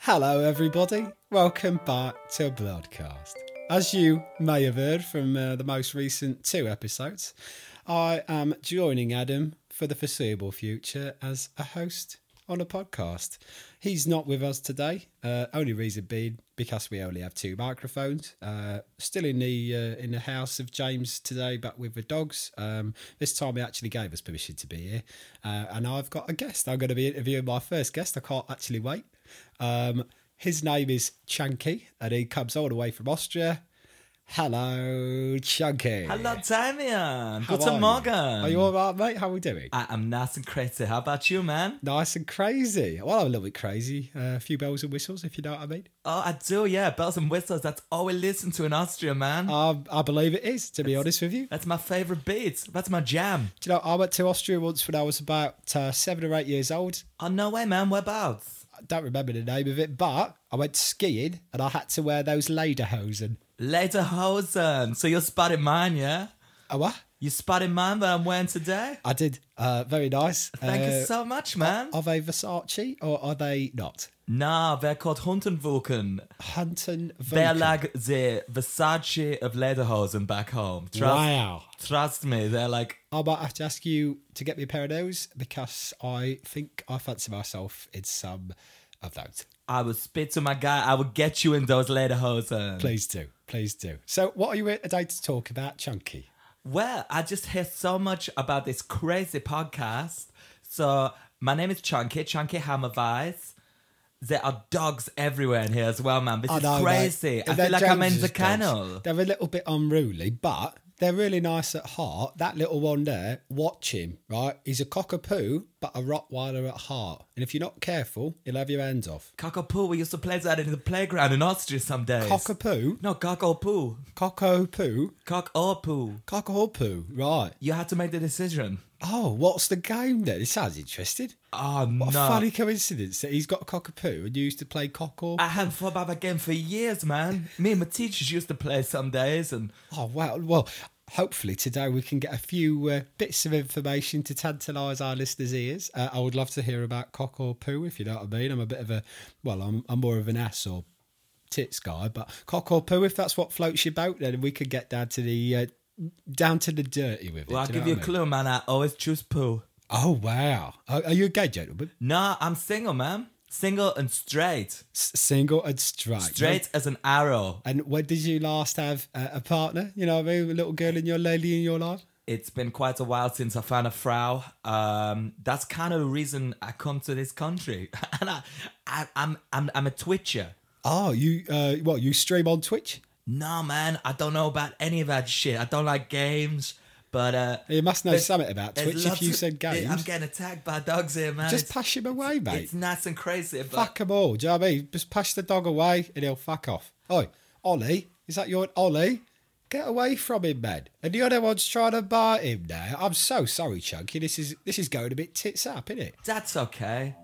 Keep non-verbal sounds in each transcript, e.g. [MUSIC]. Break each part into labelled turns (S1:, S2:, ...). S1: Hello, everybody. Welcome back to Bloodcast. As you may have heard from uh, the most recent two episodes, I am joining Adam for the foreseeable future as a host on a podcast. He's not with us today. Uh, only reason being because we only have two microphones. Uh, still in the uh, in the house of James today, but with the dogs. Um, this time he actually gave us permission to be here, uh, and I've got a guest. I'm going to be interviewing my first guest. I can't actually wait. Um, his name is Chunky, and he comes all the way from Austria. Hello, Chunky.
S2: Hello, Damian.
S1: How are
S2: Guten
S1: you?
S2: Morgen.
S1: Are you all right, mate? How are we doing?
S2: I am nice and crazy. How about you, man?
S1: Nice and crazy. Well, I'm a little bit crazy. Uh, a few bells and whistles, if you know what I mean.
S2: Oh, I do, yeah. Bells and whistles. That's all we listen to in Austria, man.
S1: I, Um, I believe it is, to be honest with you.
S2: That's my favorite beat. That's my jam.
S1: Do you know, I went to Austria once when I was about uh, seven or eight years old.
S2: Oh, no way, man. Whereabouts?
S1: I don't remember the name of it, but I went skiing and I had to wear those lederhosen.
S2: Lederhosen. So you spotted mine, yeah?
S1: Oh, what?
S2: You spotted mine that I'm wearing today?
S1: I did. Uh, very nice.
S2: Thank
S1: Uh,
S2: you so much, man.
S1: Are they Versace or are they not?
S2: Na, wer called Hundenwuchen?
S1: Hunton
S2: They're
S1: Vulcan.
S2: like the Versace of Lederhosen back home. Trust,
S1: Wow.
S2: trust me, they're like
S1: I might have to ask you to get me a pair of those because I think I fancy myself in some of those.
S2: I would spit to my guy. I would get you in those lederhosen.
S1: Please do. Please do. So, what are you here today to talk about, Chunky?
S2: Well, I just hear so much about this crazy podcast. So my name is Chunky, Chunky Hammervice. There are dogs everywhere in here as well, man. This
S1: I
S2: is
S1: know,
S2: Oh, crazy.
S1: mate.
S2: I
S1: They're
S2: feel like I'm in
S1: James's
S2: the
S1: dogs.
S2: kennel.
S1: They're a little bit unruly, but they're really nice at heart. That little one there, watch him, right? He's a cockapoo, but a Rottweiler at heart. And if you're not careful, he'll have your hands off.
S2: Cockapoo, we used to play that in the playground in Austria some days.
S1: Cockapoo,
S2: no, cockapoo.
S1: cockapoo,
S2: Cockapoo.
S1: cockapoo, right.
S2: You had to make the decision.
S1: Oh, what's the game then? It sounds interesting.
S2: Oh,
S1: What
S2: no.
S1: a funny coincidence that he's got a cockapoo and you used to play cock or.
S2: I haven't thought about that game for years, man. Me and my teachers used to play some days and
S1: Oh, wow. Well, hopefully today we can get a few uh, bits of information to tantalise our listeners' ears. Uh, I would love to hear about cock or poo, if you know what I mean. I'm a bit of a, well, I'm, I'm more of an ass or tits guy, but cock or poo, if that's what floats your boat, then we could get down to the. Uh, down to the dirty with it.
S2: Well, I'll
S1: do know what
S2: give you a
S1: I mean?
S2: clue, man. I always choose poo.
S1: Oh wow! Are, are you a gay gentleman?
S2: Nah, I'm single, man. Single and straight.
S1: S- single and straight.
S2: Straight as an arrow.
S1: And when did you last have a, a partner? You know, what I mean, a little girl in your lady in your life.
S2: It's been quite a while since I found a Frau. Um, that's kind of the reason I come to this country. [LAUGHS] and I, I, I'm, I'm, I'm a twitcher.
S1: Oh, you uh, well, you stream on Twitch.
S2: No, man, I don't know about any of that shit. I don't like games, but uh,
S1: You must know
S2: there's-
S1: something about
S2: there's
S1: Twitch if
S2: lots
S1: you
S2: of-
S1: said games.
S2: I'm getting attacked by dogs here, man.
S1: Just
S2: it's,
S1: push him away, mate.
S2: it's nuts and crazy, but
S1: Fuck them all. Do you know what I mean? Just push the dog away and he'll fuck off. Oi, Ollie, is that your Ollie? Get away from him, man. And the other one's trying to bite him now. I'm so sorry, Chunky. This is this is going a bit tits up, isn't it?
S2: that's okay.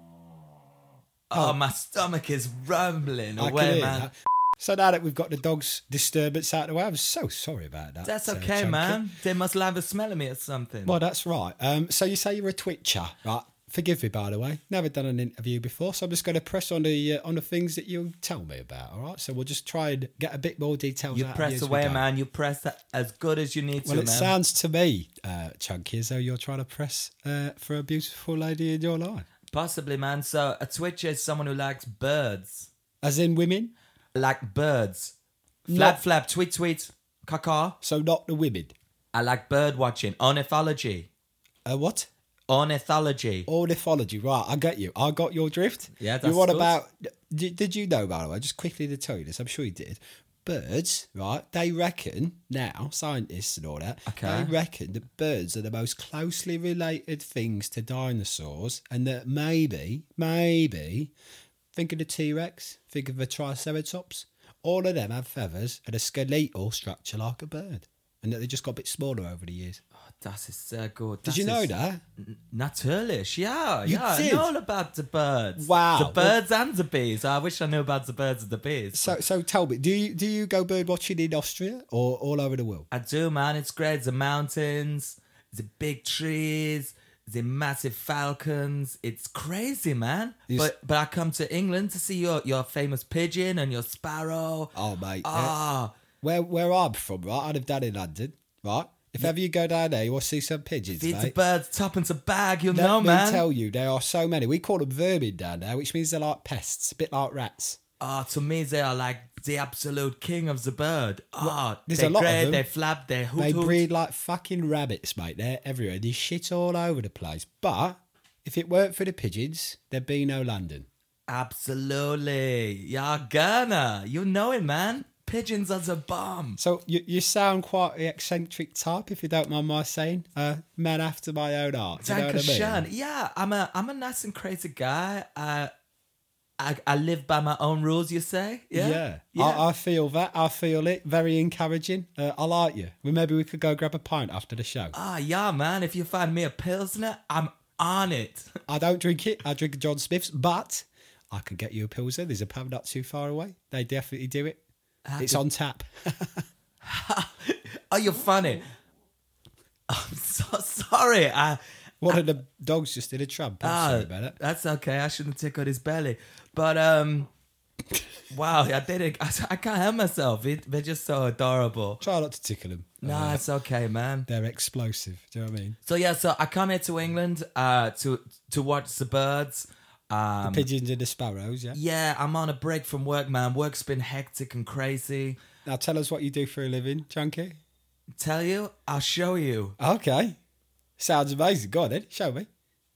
S2: Oh, my stomach is rumbling away, man.
S1: that. So now that we've got the dog's disturbance out of the way, I'm so sorry about that.
S2: That's
S1: uh,
S2: okay,
S1: Chunky.
S2: man. They must love the smell of me or something.
S1: Well, that's right. Um, so you say you're a twitcher, right? Forgive me, by the way. Never done an interview before, so I'm just going to press on the uh, on the things that you tell me about. All right. So we'll just try and get a bit more details.
S2: you
S1: out of
S2: press
S1: as uh, we
S2: away,
S1: go.
S2: man. You press a- as good as you need
S1: Well,
S2: to,
S1: it
S2: man.
S1: sounds to me, uh, Chunky, as though you're trying to press uh, for a beautiful lady in your life,
S2: Possibly, man. So a twitcher is someone who likes birds,
S1: as in women.
S2: like birds. Flap, flap, tweet, tweet, caca.
S1: So not the women.
S2: I like bird watching. Ornithology,
S1: Uh, what?
S2: ornithology.
S1: Oh. Ornithology, right? I get you. I got your drift.
S2: Yeah,
S1: you
S2: that's
S1: want
S2: good.
S1: about? Did, did you know, by the way? Just quickly to tell you this, I'm sure you did. Birds, right? They reckon now, scientists and all that.
S2: Okay.
S1: They reckon that birds are the most closely related things to dinosaurs, and that maybe, maybe, think of the T Rex, think of the Triceratops. All of them have feathers and a skeletal structure like a bird, and that they just got a bit smaller over the years.
S2: That is so good.
S1: Did you know that?
S2: Natürlich, yeah,
S1: You
S2: yeah.
S1: did?
S2: I know all about the birds.
S1: Wow.
S2: The birds and the bees. I wish I knew about the birds and the bees.
S1: So, so tell me, do you do you go bird watching in Austria or all over the world?
S2: I do, man. It's great. The mountains, the big trees, the massive falcons. It's crazy, man.
S1: You s-
S2: but but I come to England to see your your famous pigeon and your sparrow.
S1: Oh, mate.
S2: Ah,
S1: Where where I'm from, right? I'd have done in London, right? If ever you go down there, you will see some pigeons,
S2: feed the
S1: mate.
S2: birds, tuppence a bag. You'll
S1: Let
S2: know,
S1: me
S2: man.
S1: tell you, there are so many. We call them vermin down there, which means they're like pests, a bit like rats.
S2: Ah, to me they are like the absolute king of the bird. Ah,
S1: there's
S2: they
S1: a lot of
S2: great,
S1: them.
S2: they flap, they hoot,
S1: They
S2: hoot.
S1: breed like fucking rabbits, mate. They're everywhere. There's shit all over the place. But if it weren't for the pigeons, there'd be no London.
S2: Absolutely, yeah, Ghana. You know it, man. Pigeons are the bomb.
S1: So you, you sound quite the eccentric type, if you don't mind my saying. Uh, man after my own heart. You know
S2: Danke
S1: what I
S2: schön.
S1: mean?
S2: Yeah, I'm a I'm a nice and crazy guy. I I, I live by my own rules. You say? Yeah.
S1: Yeah, I, I feel that. I feel it. Very encouraging. Uh, I like you. Well, maybe we could go grab a pint after the show.
S2: Ah, yeah, man. If you find me a pilsner, I'm on it. [LAUGHS]
S1: I don't drink it. I drink John Smith's, but I can get you a Pilsner. There's a pub not too far away. They definitely do it.
S2: Ah,
S1: It's on tap.
S2: Oh, you're funny. [LAUGHS] I'm so sorry. I
S1: One of the dogs just did a tramp. I'm
S2: ah,
S1: sorry about it.
S2: that's okay. I shouldn't have tickled his belly, but um, [LAUGHS] wow, I did it. [LAUGHS] I, I can't help myself. It, they're just so adorable.
S1: Try not to tickle them.
S2: No, it's okay, man.
S1: They're explosive. Do you know what I mean?
S2: So yeah, so I come here to England uh, to to watch the birds. Um,
S1: Pigeons and the sparrows, yeah.
S2: yeah, I'm on a break from work, man. Work's been hectic and crazy.
S1: Now tell us what you do for a living, Chunky.
S2: Tell you, I'll show you.
S1: Okay. Sounds amazing. Go on then, show me.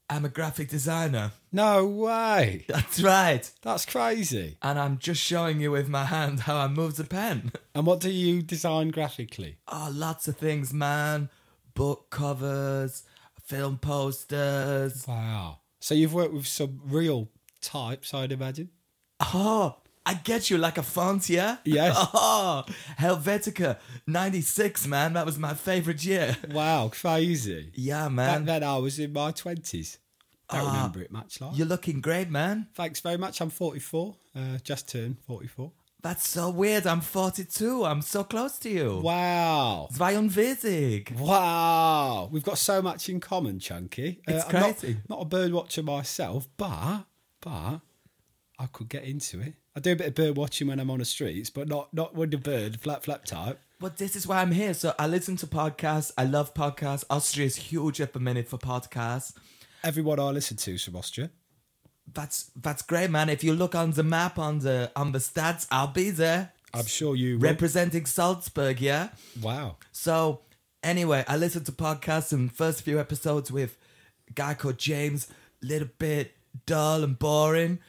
S2: I'm a graphic designer. [LAUGHS]
S1: No way.
S2: That's right.
S1: That's crazy.
S2: And I'm just showing you with my hand how I move the pen. [LAUGHS]
S1: And what do you design graphically?
S2: Oh, lots of things, man. Book covers, film posters.
S1: Wow. So you've worked with some real types, I'd imagine.
S2: Oh, I get you like a font, yeah?
S1: Yes.
S2: [LAUGHS] Oh, Helvetica 96, man. That was my favorite year.
S1: Wow, crazy.
S2: Yeah,
S1: Back
S2: man.
S1: then I was in my twenties. Don't
S2: Um, Ah.
S1: remember it much like.
S2: You're looking great, man.
S1: Thanks very much. I'm 44. Uh, just turned 44.
S2: That's so weird. I'm 42. I'm so close to you.
S1: Wow.
S2: 42.
S1: Wow. We've got so much in common, Chunky. Uh,
S2: It's
S1: I'm not-
S2: crazy.
S1: Not, a bird watcher myself, but but I could get into it. I do a bit of bird watching when I'm on the streets, but not not with the bird flap flap type.
S2: But this is why I'm here. So I listen to podcasts. I love podcasts. Austria is huge at the minute for podcasts.
S1: Everyone I listen to is from Austria.
S2: That's that's great, man. If you look on the map on the on the stats, I'll be there.
S1: I'm sure you. will.
S2: Representing Salzburg, yeah?
S1: wow.
S2: So anyway, I listened to podcasts and first few episodes with a guy called James, little bit dull and boring.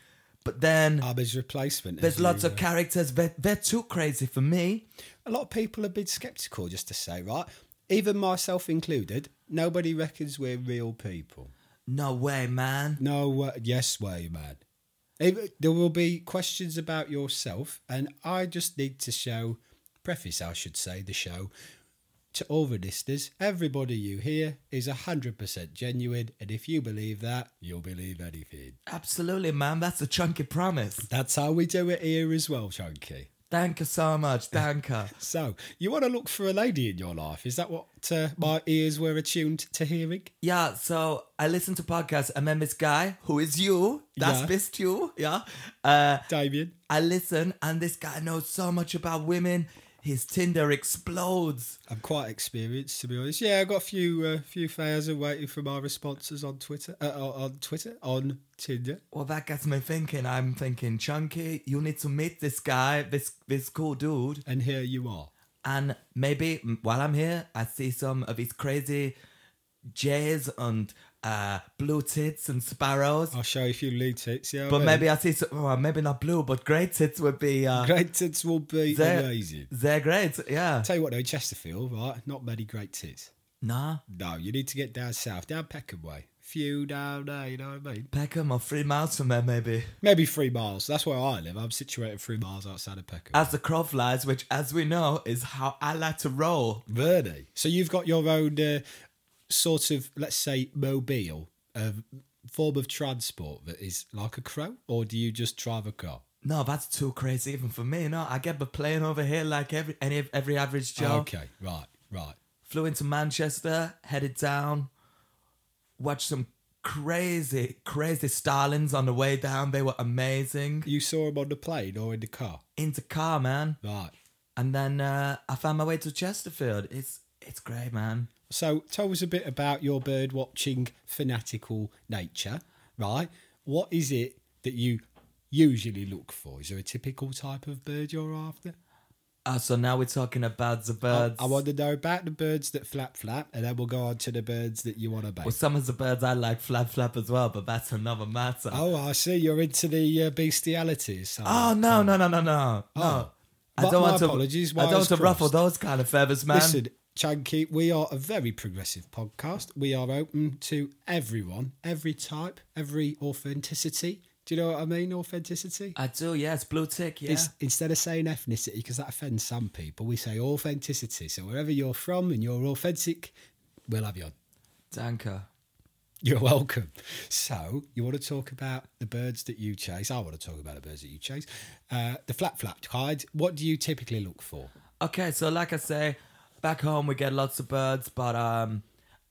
S2: But then
S1: I'm his replacement.
S2: There's
S1: isn't
S2: lots
S1: he?
S2: of characters. They're, they're too crazy for me.
S1: a lot of people have been sceptical, just to say, right? Even myself included, nobody reckons we're real people.
S2: No way, man.
S1: No, uh, yes way, man. Even- There will be questions about yourself, and I just need to show, preface, I should say, the show to all the listeners. Everybody you hear is 100% genuine, and if you believe that, you'll believe anything.
S2: Absolutely, man. That's a chunky promise.
S1: That's how we do it here as well, Chunky.
S2: Thank you so much. Thank you.
S1: So, you want to look for a lady in your life? Is that what uh, my ears were attuned to hearing?
S2: Yeah, so I listen to podcasts and then this guy, who is you, that's
S1: Yeah.
S2: best you, yeah. Uh,
S1: Damien.
S2: I listen and this guy knows so much about women. His Tinder explodes.
S1: I'm quite experienced, to be honest. Yeah, I've got a few uh, few fares and waiting for my responses on Twitter, uh, on on Twitter, on Tinder.
S2: Well, that gets me thinking. I'm thinking, Chunky, you need to meet this guy, this this cool dude.
S1: And here you are.
S2: and maybe mm, while I'm here, I see some of these crazy jays and uh, blue tits and sparrows.
S1: I'll show you a few loo tits. Yeah,
S2: but
S1: I mean.
S2: maybe I see some, well, maybe not blue, but grey tits would be. Uh,
S1: great tits will be
S2: There-
S1: amazing.
S2: They're great, yeah.
S1: Tell you what, though, Chesterfield, right? Not many great tits.
S2: Nah,
S1: No, you need to get down south, down Peckham way. Few down there, you know what I mean?
S2: Peckham or three miles from there, maybe.
S1: Maybe three miles. That's where I live. I'm situated three miles outside of Peckham.
S2: As the crow flies, which, as we know, is how I like to roll.
S1: Really? So you've got your own uh, sort of, let's say, mobile uh, form of transport that is like a crow, or do you just drive a car?
S2: No, that's too crazy even for me. No, I get the plane over here like every any every average Joe.
S1: Okay, right, right.
S2: Flew into Manchester, headed down, watched some crazy, crazy stylings on the way down. They were amazing.
S1: You saw him on the plane or in the car?
S2: In the car, man.
S1: Right.
S2: And then uh, I found my way to Chesterfield. It's it's great, man.
S1: So tell us a bit about your bird watching fanatical nature, right? What is it that you usually look for? Is there a typical type of bird you're after?
S2: Uh, so now we're talking about the birds.
S1: Oh, I want to know about the birds that flap flap, and then we'll go on to the birds that you want to
S2: well,
S1: base.
S2: some of the birds I like flap flap as well, but that's another matter.
S1: Oh, I see. You're into the uh, bestialities. So.
S2: Oh no no no no no no!
S1: Oh.
S2: I
S1: But
S2: don't
S1: my
S2: want to.
S1: apologies,
S2: I don't want
S1: wires
S2: to ruffle
S1: crossed.
S2: those kind of feathers, man.
S1: Listen, Chanky, we are a very progressive podcast. We are open to everyone, every type, every authenticity. Do you know what I mean? Authenticity.
S2: I do, yes, blue tick, Uh, yeah.
S1: It's, instead of saying ethnicity, because that offends some people, we say authenticity. So wherever you're from and you're authentic, we'll have you on. [LAUGHS]
S2: Danker.
S1: You're welcome. So you want to talk about the birds that you chase? I want to talk about the birds that you chase. Uh, the flap flap kind. What do you typically look for?
S2: Okay, so like I say, back home we get lots of birds, but um,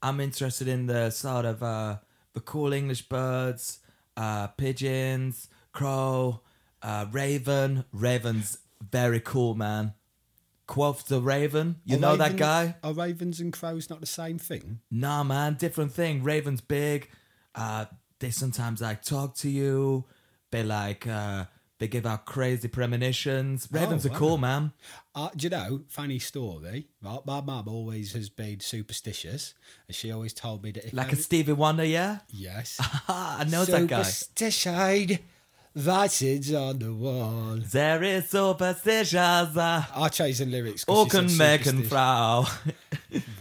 S2: I'm interested in the sort of uh, the cool English birds, uh, pigeons, crow, uh, raven. Raven's very cool, man. Quoth the raven. You
S1: Are
S2: know that
S1: raven-
S2: guy?
S1: Are ravens and crows not the same thing?
S2: Nah, man, different thing. Raven's big. Uh, they sometimes like talk to you. They like uh, they give out crazy premonitions. Ravens
S1: wow.
S2: are cool, man.
S1: Uh, do you know, funny story, right? My mum always has been superstitious, and she always told me that if
S2: Like
S1: ever-
S2: a Stevie Wonder, yeah. [LAUGHS]
S1: yes,
S2: Ah, I know that guy.
S1: superstition, that is on the wall.
S2: There is superstitions. Uh,
S1: I changed the lyrics. 'cause
S2: all
S1: she said
S2: can make and
S1: superstition.
S2: [LAUGHS] Frau.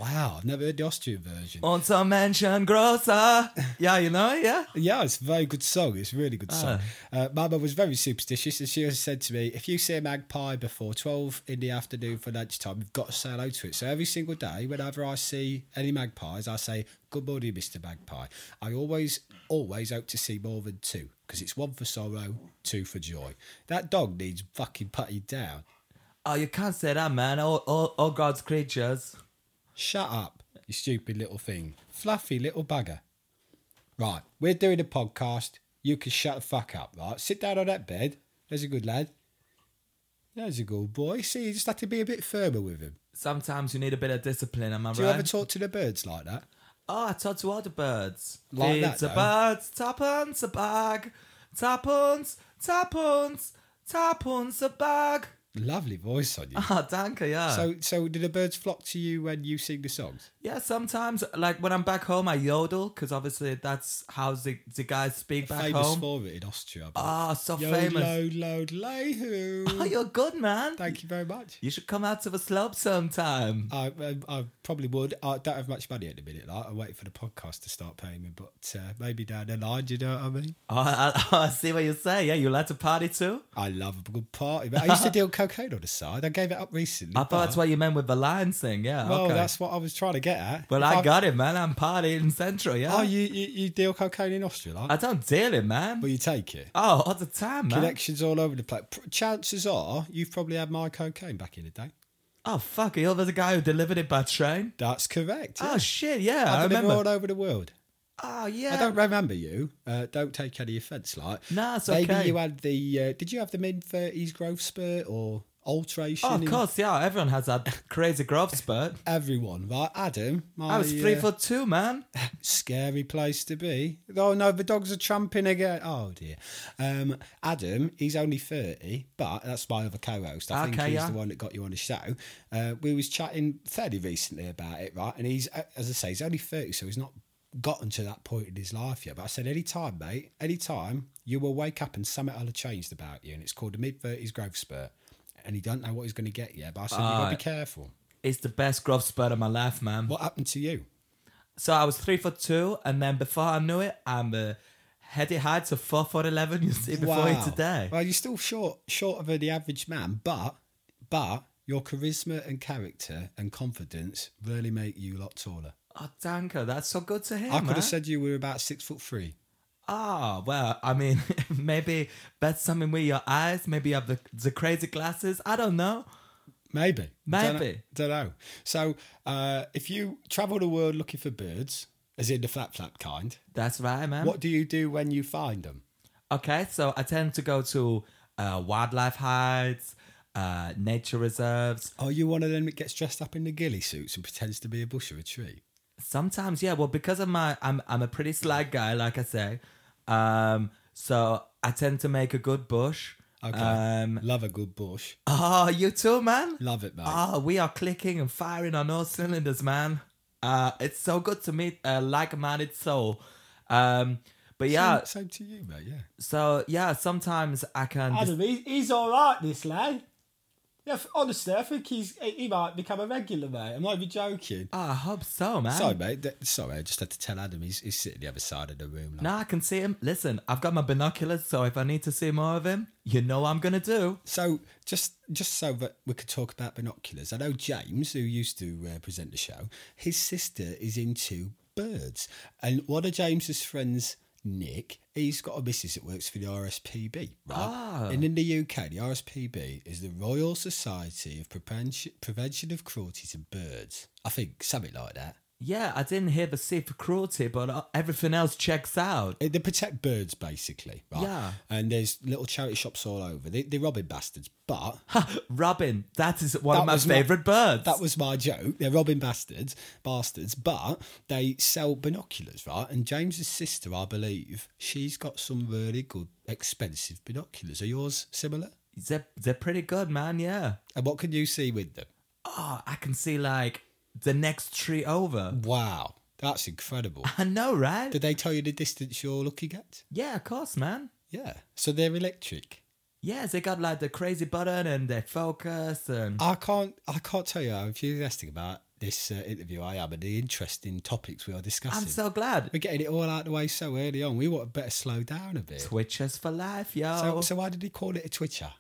S1: Wow, I've never heard the Austrian version.
S2: Und so Menschen großer. Yeah, you know, it, yeah.
S1: Yeah, it's a very good song. It's a really good song. Uh, Mama was very superstitious, and she has said to me, "If you see a magpie before twelve in the afternoon for lunchtime, you've got to say hello to it." So every single day, whenever I see any magpies, I say, "Good morning, Mister Magpie." I always, always hope to see more than two because it's one for sorrow, two for joy. That dog needs fucking putted down.
S2: Oh, you can't say that, man. All, all, all God's creatures.
S1: Shut up, you stupid little thing. Fluffy little bugger. Right, we're doing a podcast. You can shut the fuck up, right? Sit down on that bed. There's a good lad. There's a good boy. See, you just have to be a bit firmer with him.
S2: Sometimes you need a bit of discipline, am I
S1: Do
S2: right?
S1: you ever talk to the birds like that?
S2: Oh, I talk to all the birds.
S1: Like
S2: Feeds
S1: that,
S2: the
S1: though.
S2: birds, tuppence a bag, tuppence, tuppence, tuppence a bag. [LAUGHS]
S1: Lovely voice on you.
S2: Ah, danke, yeah.
S1: So, so do the birds flock to you when you sing the songs?
S2: yeah, sometimes, like when I'm back home, I yodel, because obviously that's how the, the guys speak back
S1: famous
S2: home.
S1: for it in Austria.
S2: Ah, so
S1: Yo,
S2: famous.
S1: lo, lo, lehu.
S2: [LAUGHS] Oh, you're good, man.
S1: Thank you very much.
S2: You should come out to the slope sometime.
S1: I, I, I probably would. I don't have much money at the minute. Like, I'm waiting for the podcast to start paying me, but uh, maybe down the line, do you know what I mean?
S2: Oh, I, [LAUGHS] I see what you say. Yeah, you like to party too?
S1: I love a good party. But I used to
S2: [LAUGHS]
S1: deal cocaine on the side. I gave it up recently.
S2: I thought
S1: but-
S2: that's what you meant with the lion thing. Yeah,
S1: Well,
S2: okay.
S1: that's what I was trying to get at.
S2: Well,
S1: If
S2: I
S1: I've-
S2: got it, man. I'm partying central, yeah.
S1: Oh, you, you, you deal cocaine in Austria, like?
S2: I don't deal it, man.
S1: Well, you take it.
S2: Oh, all the time, man.
S1: Connections all over the place. Pr- Chances are you've probably had my cocaine back in the day.
S2: Oh, fuck. You're the guy who delivered it by train?
S1: That's correct. yeah.
S2: Oh, shit. Yeah, I,
S1: I deliver
S2: remember.
S1: all over the world.
S2: Oh,
S1: I
S2: yeah.
S1: don't remember you. Uh, don't take any offence, like.
S2: Nah, it's
S1: Maybe
S2: okay. Oh,
S1: you had the. Uh, did you have the mid thirties growth spurt or alteration?
S2: Oh, of
S1: in-
S2: course. Yeah, everyone
S1: [LAUGHS]
S2: has that crazy growth spurt.
S1: Everyone, right? Adam, my
S2: I was three
S1: uh,
S2: foot two, man.
S1: scary place to be. Oh no, the dogs are tramping again. Oh dear. Um, Adam, he's only thirty, but that's my other co-host. I think
S2: Okay,
S1: he's
S2: yeah.
S1: the one that got you on the show. Uh, we was chatting fairly recently about it, right? And he's, uh, as I say, he's only thirty, so he's not gotten to that point in his life yet. But I said, any time, mate, any time, you will wake up and something will have changed about you, and it's called the mid thirties growth spurt. And he don't know what he's going to get yet. But I said, you got to
S2: Right.
S1: be careful.
S2: It's the best growth spurt of my life, man.
S1: What happened to you?
S2: So I was three foot two, and then before I knew it, I'm a heady height to four foot eleven. [LAUGHS] You see, before you today.
S1: Well, you're still short short of the average man, but but your charisma and character and confidence really make you a lot taller.
S2: Oh, Danko, that's so good to hear,
S1: I could
S2: man.
S1: have said you were about six foot three.
S2: Ah, well, I mean, [LAUGHS] maybe that's something with your eyes. Maybe you have the, the crazy glasses. I don't know.
S1: Maybe.
S2: Maybe.
S1: Don't know. So uh, if you travel the world looking for birds, as in the flap flap kind.
S2: That's right, man.
S1: What do you do when you find them?
S2: Okay, so I tend to go to uh, wildlife hides, uh, nature reserves.
S1: Are you one of them that gets dressed up in the ghillie suits and pretends to be a bush or a tree?
S2: Sometimes, yeah. Well, because of my, I'm I'm a pretty slag guy, like I say. Um, so I tend to make a good bush.
S1: Okay.
S2: Um,
S1: Love a good bush.
S2: oh, you too, man.
S1: Love it, mate.
S2: Oh, we are clicking and firing on all cylinders, man. Uh, it's so good to meet a like-minded soul. Um, but yeah,
S1: Same, same to you, mate. Yeah.
S2: so yeah, sometimes I can. just-
S3: Adam, he, he's all right, this lad. Yeah, f- honestly, I think he's he he might become a regular, mate.
S1: Am I even joking?
S2: Oh, I hope so, man.
S1: Sorry, mate. Th- Sorry, I just had to tell Adam he's, he's sitting the other side of the room. Like,
S2: Now I can see him. Listen, I've got my binoculars, so if I need to see more of him, you know what I'm gonna do.
S1: So just just so that we could talk about binoculars, I know James, who used to uh, present the show, his sister is into birds, and one of James's friends, Nick, he's got a missus that works for the RSPB, right?
S2: Ah.
S1: And in the UK, the RSPB is the Royal Society of Prevention, Prevention of Cruelty to Birds. I think something like that.
S2: Yeah, I didn't hear the C for cruelty, but uh, everything else checks out.
S1: Uh, They protect birds basically, right?
S2: Yeah.
S1: And there's little charity shops all over. They, they're robbing bastards, but
S2: Ha, Robin, that is one
S1: Ah. That
S2: of my
S1: was my-
S2: favorite birds.
S1: That was my joke. They're robbing bastards, bastards, but they sell binoculars, right? And James's sister, I believe, she's got some really good, expensive binoculars. Are yours similar?
S2: they're, they're pretty good, man. Yeah.
S1: And what can you see with them?
S2: Oh, I can see like the next tree over. [LAUGHS]
S1: Wow, that's incredible.
S2: I know, right?
S1: Did they tell you the distance you're looking at?
S2: yeah, of course, man.
S1: Yeah. So they're electric.
S2: Yeah, they got like the crazy button and they focus and
S1: I can't. I can't tell you how enthusiastic about this uh, interview I am and the interesting topics we are discussing.
S2: I'm so glad.
S1: We're getting it all out the way so early on. We want to better slow down a bit.
S2: Twitchers for life, yo.
S1: So, so why did he call it a twitcher?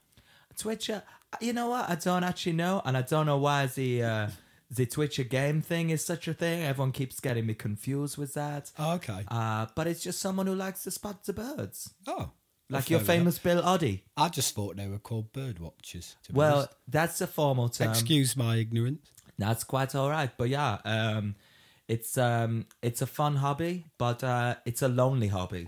S2: Twitcher, uh, you know what? I don't actually know, and I don't know why the uh, the Twitcher game thing is such a thing. Everyone keeps getting me confused with that.
S1: Oh, okay.
S2: Uh, but it's just someone who likes to spot the birds,
S1: oh,
S2: like your
S1: fair enough.
S2: famous Bill Oddie.
S1: I just thought they were called bird watchers. To be
S2: Well, um,
S1: honest.
S2: that's the formal term.
S1: excuse my ignorance.
S2: That's quite all right, but yeah, um, it's um, it's a fun hobby, but uh, it's a lonely hobby.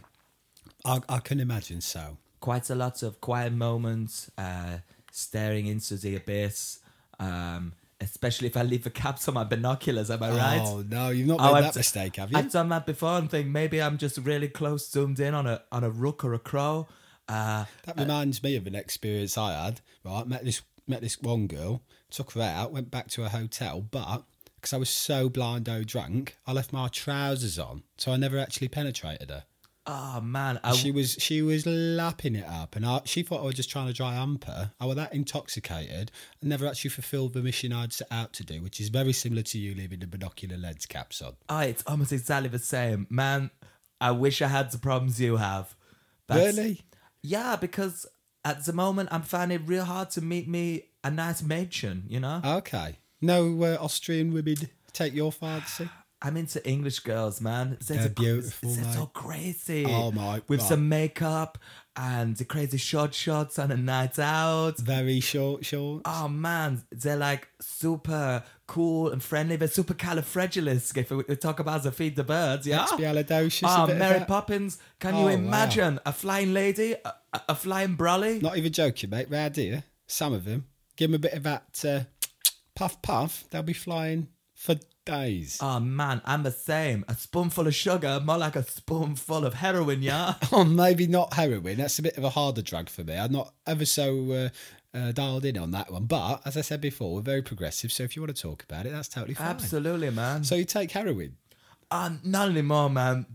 S1: I, I can imagine so.
S2: quite a lot of quiet moments, uh, staring into the abyss. Um, especially if I leave the caps on my binoculars, am I right?
S1: Oh no, you've not made
S2: Oh, I've
S1: that
S2: d-
S1: mistake, have you?
S2: I've done that before and think maybe I'm just really close zoomed in on a on a rook or a crow. Uh,
S1: that reminds me of an experience I had. Right, met this met this one girl, took her out, went back to a hotel, but because I was so blindo drunk, I left my trousers on, so I never actually penetrated her.
S2: oh man, I,
S1: She was she was lapping it up, and I, she thought I was just trying to dry hump her. I was that intoxicated, and never actually fulfilled the mission I'd set out to do, which is very similar to you leaving the binocular lens caps on.
S2: oh, it's almost exactly the same, man. I wish I had the problems you have. That's-
S1: really?
S2: Yeah, because at the moment I'm finding it real hard to meet me a nice matron. You know,
S1: Okay. No uh, Austrian women take your fancy.
S2: I'm into English girls, man. They're,
S1: They're
S2: so-
S1: beautiful,
S2: They're
S1: mate.
S2: so crazy.
S1: Oh, my
S2: With
S1: God.
S2: some makeup and the crazy short shots on a night out.
S1: Very short, short.
S2: Oh man, they're like super cool and friendly. They're super califragilistic. If we we talk about the feed the birds, yeah.
S1: Expialidocious, a
S2: Oh,
S1: bit of
S2: Mary
S1: that.
S2: Poppins! Can
S1: Oh,
S2: you
S1: wow.
S2: imagine a flying lady, a, a- a flying brolly?
S1: Not even joking, mate. Right here, some of them. Give them a bit of that uh, puff puff. They'll be flying for days.
S2: Oh man, I'm the same. A spoonful of sugar, more like a spoonful of
S1: [LAUGHS]
S2: heroin, yeah.
S1: Oh, maybe not heroin. That's a bit of a harder drug for me. I'm not ever so uh, uh, dialed in on that one. But as I said before, we're very progressive. So if you want to talk about it, that's totally fine.
S2: Absolutely, man.
S1: So you take heroin.
S2: Um, not anymore, man.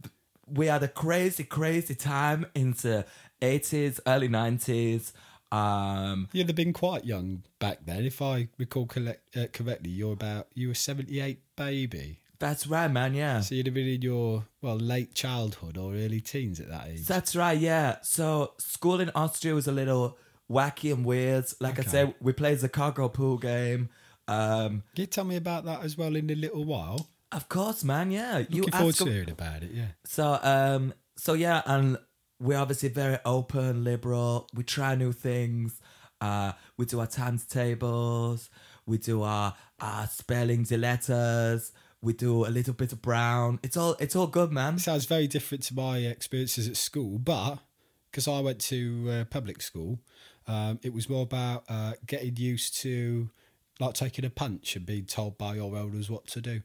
S2: We had a crazy, crazy time in the eighties, early nineties. Um,
S1: You'd have been quite young back then, if I recall collect, uh, correctly. You're about you were 78, baby.
S2: that's right, man. Yeah,
S1: So you'd have been in your well late childhood or early teens at that age.
S2: that's right. Yeah. So school in Austria was a little wacky and weird. Like I said, we played the cargo pool game. Um,
S1: Can you tell me about that as well in a little while?
S2: of course, man. Yeah, you
S1: Looking forward
S2: ask
S1: to hearing about it. Yeah.
S2: So um so yeah, and we're obviously very open, liberal. We try new things. Uh we do our times tables, we do our our spellings the letters, We do a little bit of brown. It's all it's all good, man.
S1: sounds very different to my experiences at school, but because I went to uh, public school, um, it was more about uh, getting used to like taking a punch and being told by your elders what to do.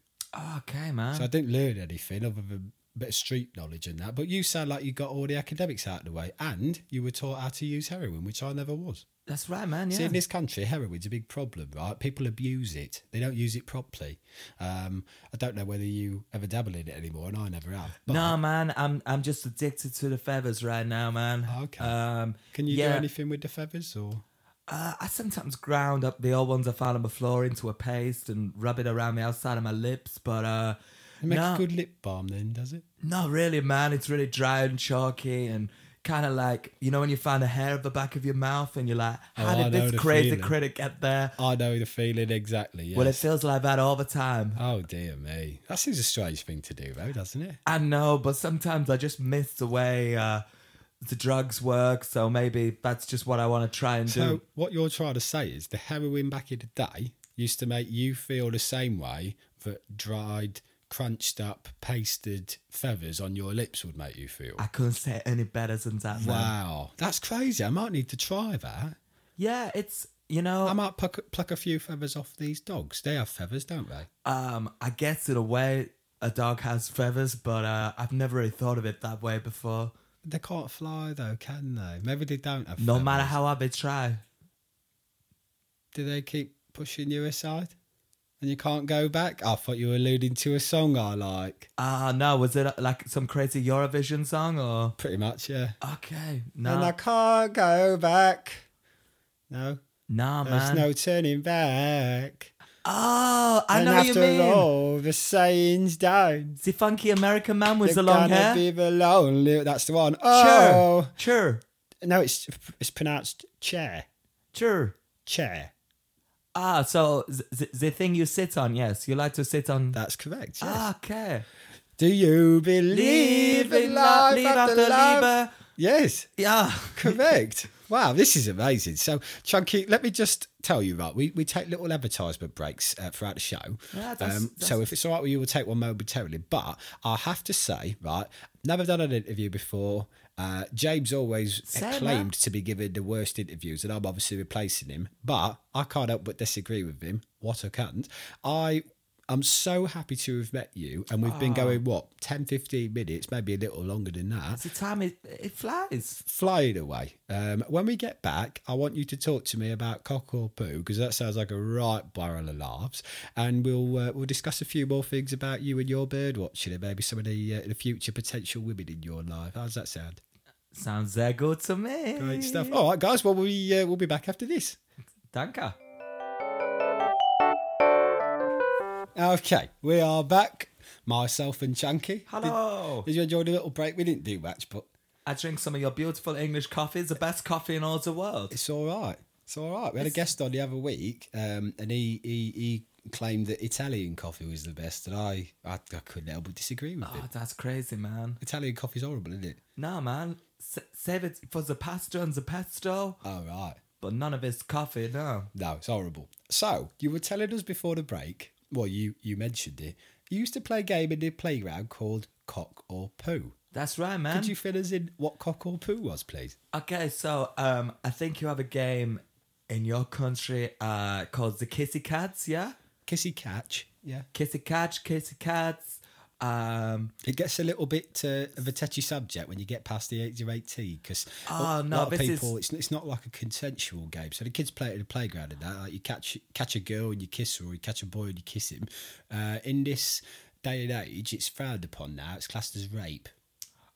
S2: Okay, man.
S1: So I didn't learn anything other than a bit of street knowledge and that. But you sound like you got all the academics out of the way, and you were taught how to use heroin, which I never was.
S2: That's right, man.
S1: See,
S2: Yeah.
S1: in this country, heroin's a big problem, right? People abuse it; they don't use it properly. Um, I don't know whether you ever dabble in it anymore, and I never have. But
S2: No, man. I'm I'm just addicted to the feathers right now, man.
S1: Okay.
S2: Um,
S1: Can you
S2: yeah,
S1: do anything with the feathers or?
S2: Uh, I sometimes ground up the old ones I found on the floor into a paste and rub it around the outside of my lips, but uh,
S1: It makes
S2: no,
S1: a good lip balm then, does it?
S2: not really, man. It's really dry and chalky and kind of like you know when you find a hair at the back of your mouth and you're like,
S1: Oh,
S2: how
S1: I
S2: did
S1: know
S2: this
S1: the
S2: crazy
S1: feeling.
S2: critic get there?
S1: I know the feeling exactly. Yes.
S2: Well, it feels like that all the time.
S1: oh dear me, that seems a strange thing to do, though, doesn't it?
S2: I know, but sometimes I just miss the way uh, the drugs work, so maybe that's just what I want to try and
S1: So
S2: do.
S1: what you're trying to say is the heroin back in the day used to make you feel the same way that dried, crunched up, pasted feathers on your lips would make you feel.
S2: I couldn't say it any better than that. man.
S1: Wow, that's crazy. I might need to try that.
S2: Yeah, it's you know.
S1: I might pluck, pluck a few feathers off these dogs. They have feathers, don't they?
S2: Um, I guess in a way, a dog has feathers, but uh, I've never really thought of it that way before.
S1: They can't fly though, can they? Maybe they don't have.
S2: No
S1: feathers.
S2: matter how hard they try,
S1: Do they keep pushing you aside? And you can't go back? I thought you were alluding to a song I like.
S2: ah, no, was it uh, like some crazy Eurovision song or?
S1: Pretty much, yeah.
S2: Okay,
S1: And I
S2: no,
S1: can't go back. No,
S2: nah,
S1: there's
S2: man.
S1: no turning back.
S2: oh, I
S1: and
S2: know what you
S1: after
S2: mean.
S1: all, the saying's down.
S2: The funky American man with the
S1: You're
S2: long
S1: gonna
S2: hair.
S1: be the lonely. That's the one.
S2: Sure,
S1: Oh
S2: sure,
S1: no, it's it's pronounced chair,
S2: sure.
S1: chair.
S2: Ah, so th- th- the thing you sit on, yes, you like to sit on.
S1: That's correct. Yes.
S2: Okay.
S1: Do you believe in life
S2: Ah. leave
S1: after, life?
S2: Liebe.
S1: Yes.
S2: Yeah.
S1: Correct. Wow, this is amazing. So, Chunky, let me just tell you, right? We, we take little advertisement breaks uh, throughout the show. Um,
S2: Yeah, that's-
S1: So, if it's all right with you, we'll take one momentarily. But I have to say, right, never done an interview before. Uh, James always
S2: Same, man.
S1: claimed to be given the worst interviews, and I'm obviously replacing him. But I can't help but disagree with him. What a cunt. I. I'm so happy to have met you, and we've
S2: Ah.
S1: been going, what, 10, 15 minutes, maybe a little longer than that
S2: The time it, it flies.
S1: flying away. Um, when we get back, I want you to talk to me about cock or poo because that sounds like a right barrel of laughs. And we'll uh, we'll discuss a few more things about you and your bird watching and maybe some of the, uh, the future potential women in your life. How's that sound?
S2: Sounds that good to me.
S1: Great stuff. All right, guys. Well, we uh, we'll be back after this.
S2: Danke.
S1: Okay, we are back. Myself and Chunky.
S2: Hello.
S1: Did you enjoy the little break? We didn't do much, but
S2: I drink some of your beautiful English coffee. It's the best coffee in all the world.
S1: It's all right. It's all right. We had a guest on the other week, um, and he, he he claimed that Italian coffee was the best, and I I, I couldn't help but disagree with him.
S2: Oh, that's crazy, man.
S1: Italian coffee's horrible, isn't it?
S2: No, man. S- save it for the pasta and the pesto,
S1: All right.
S2: but none of this coffee, no.
S1: No, it's horrible. So you were telling us before the break. Well, you you mentioned it. You used to play a game in the playground called cock or poo.
S2: That's right, man.
S1: Could you fill us in what cock or poo was, please?
S2: Okay, so um, I think you have a game in your country uh, called the Kissy Cats, yeah?
S1: Kissy catch. Yeah.
S2: Kissy Catch, Kissy Cats. Um,
S1: It gets a little bit uh, of a touchy subject when you get past the age of 18 because
S2: Oh,
S1: a
S2: no,
S1: lot of
S2: this is-
S1: people, it's, it's not like a consensual game. So the kids play it at the playground and that. Like you catch catch a girl and you kiss her, or you catch a boy and you kiss him. Uh, in this day and age, it's frowned upon now. It's classed as rape.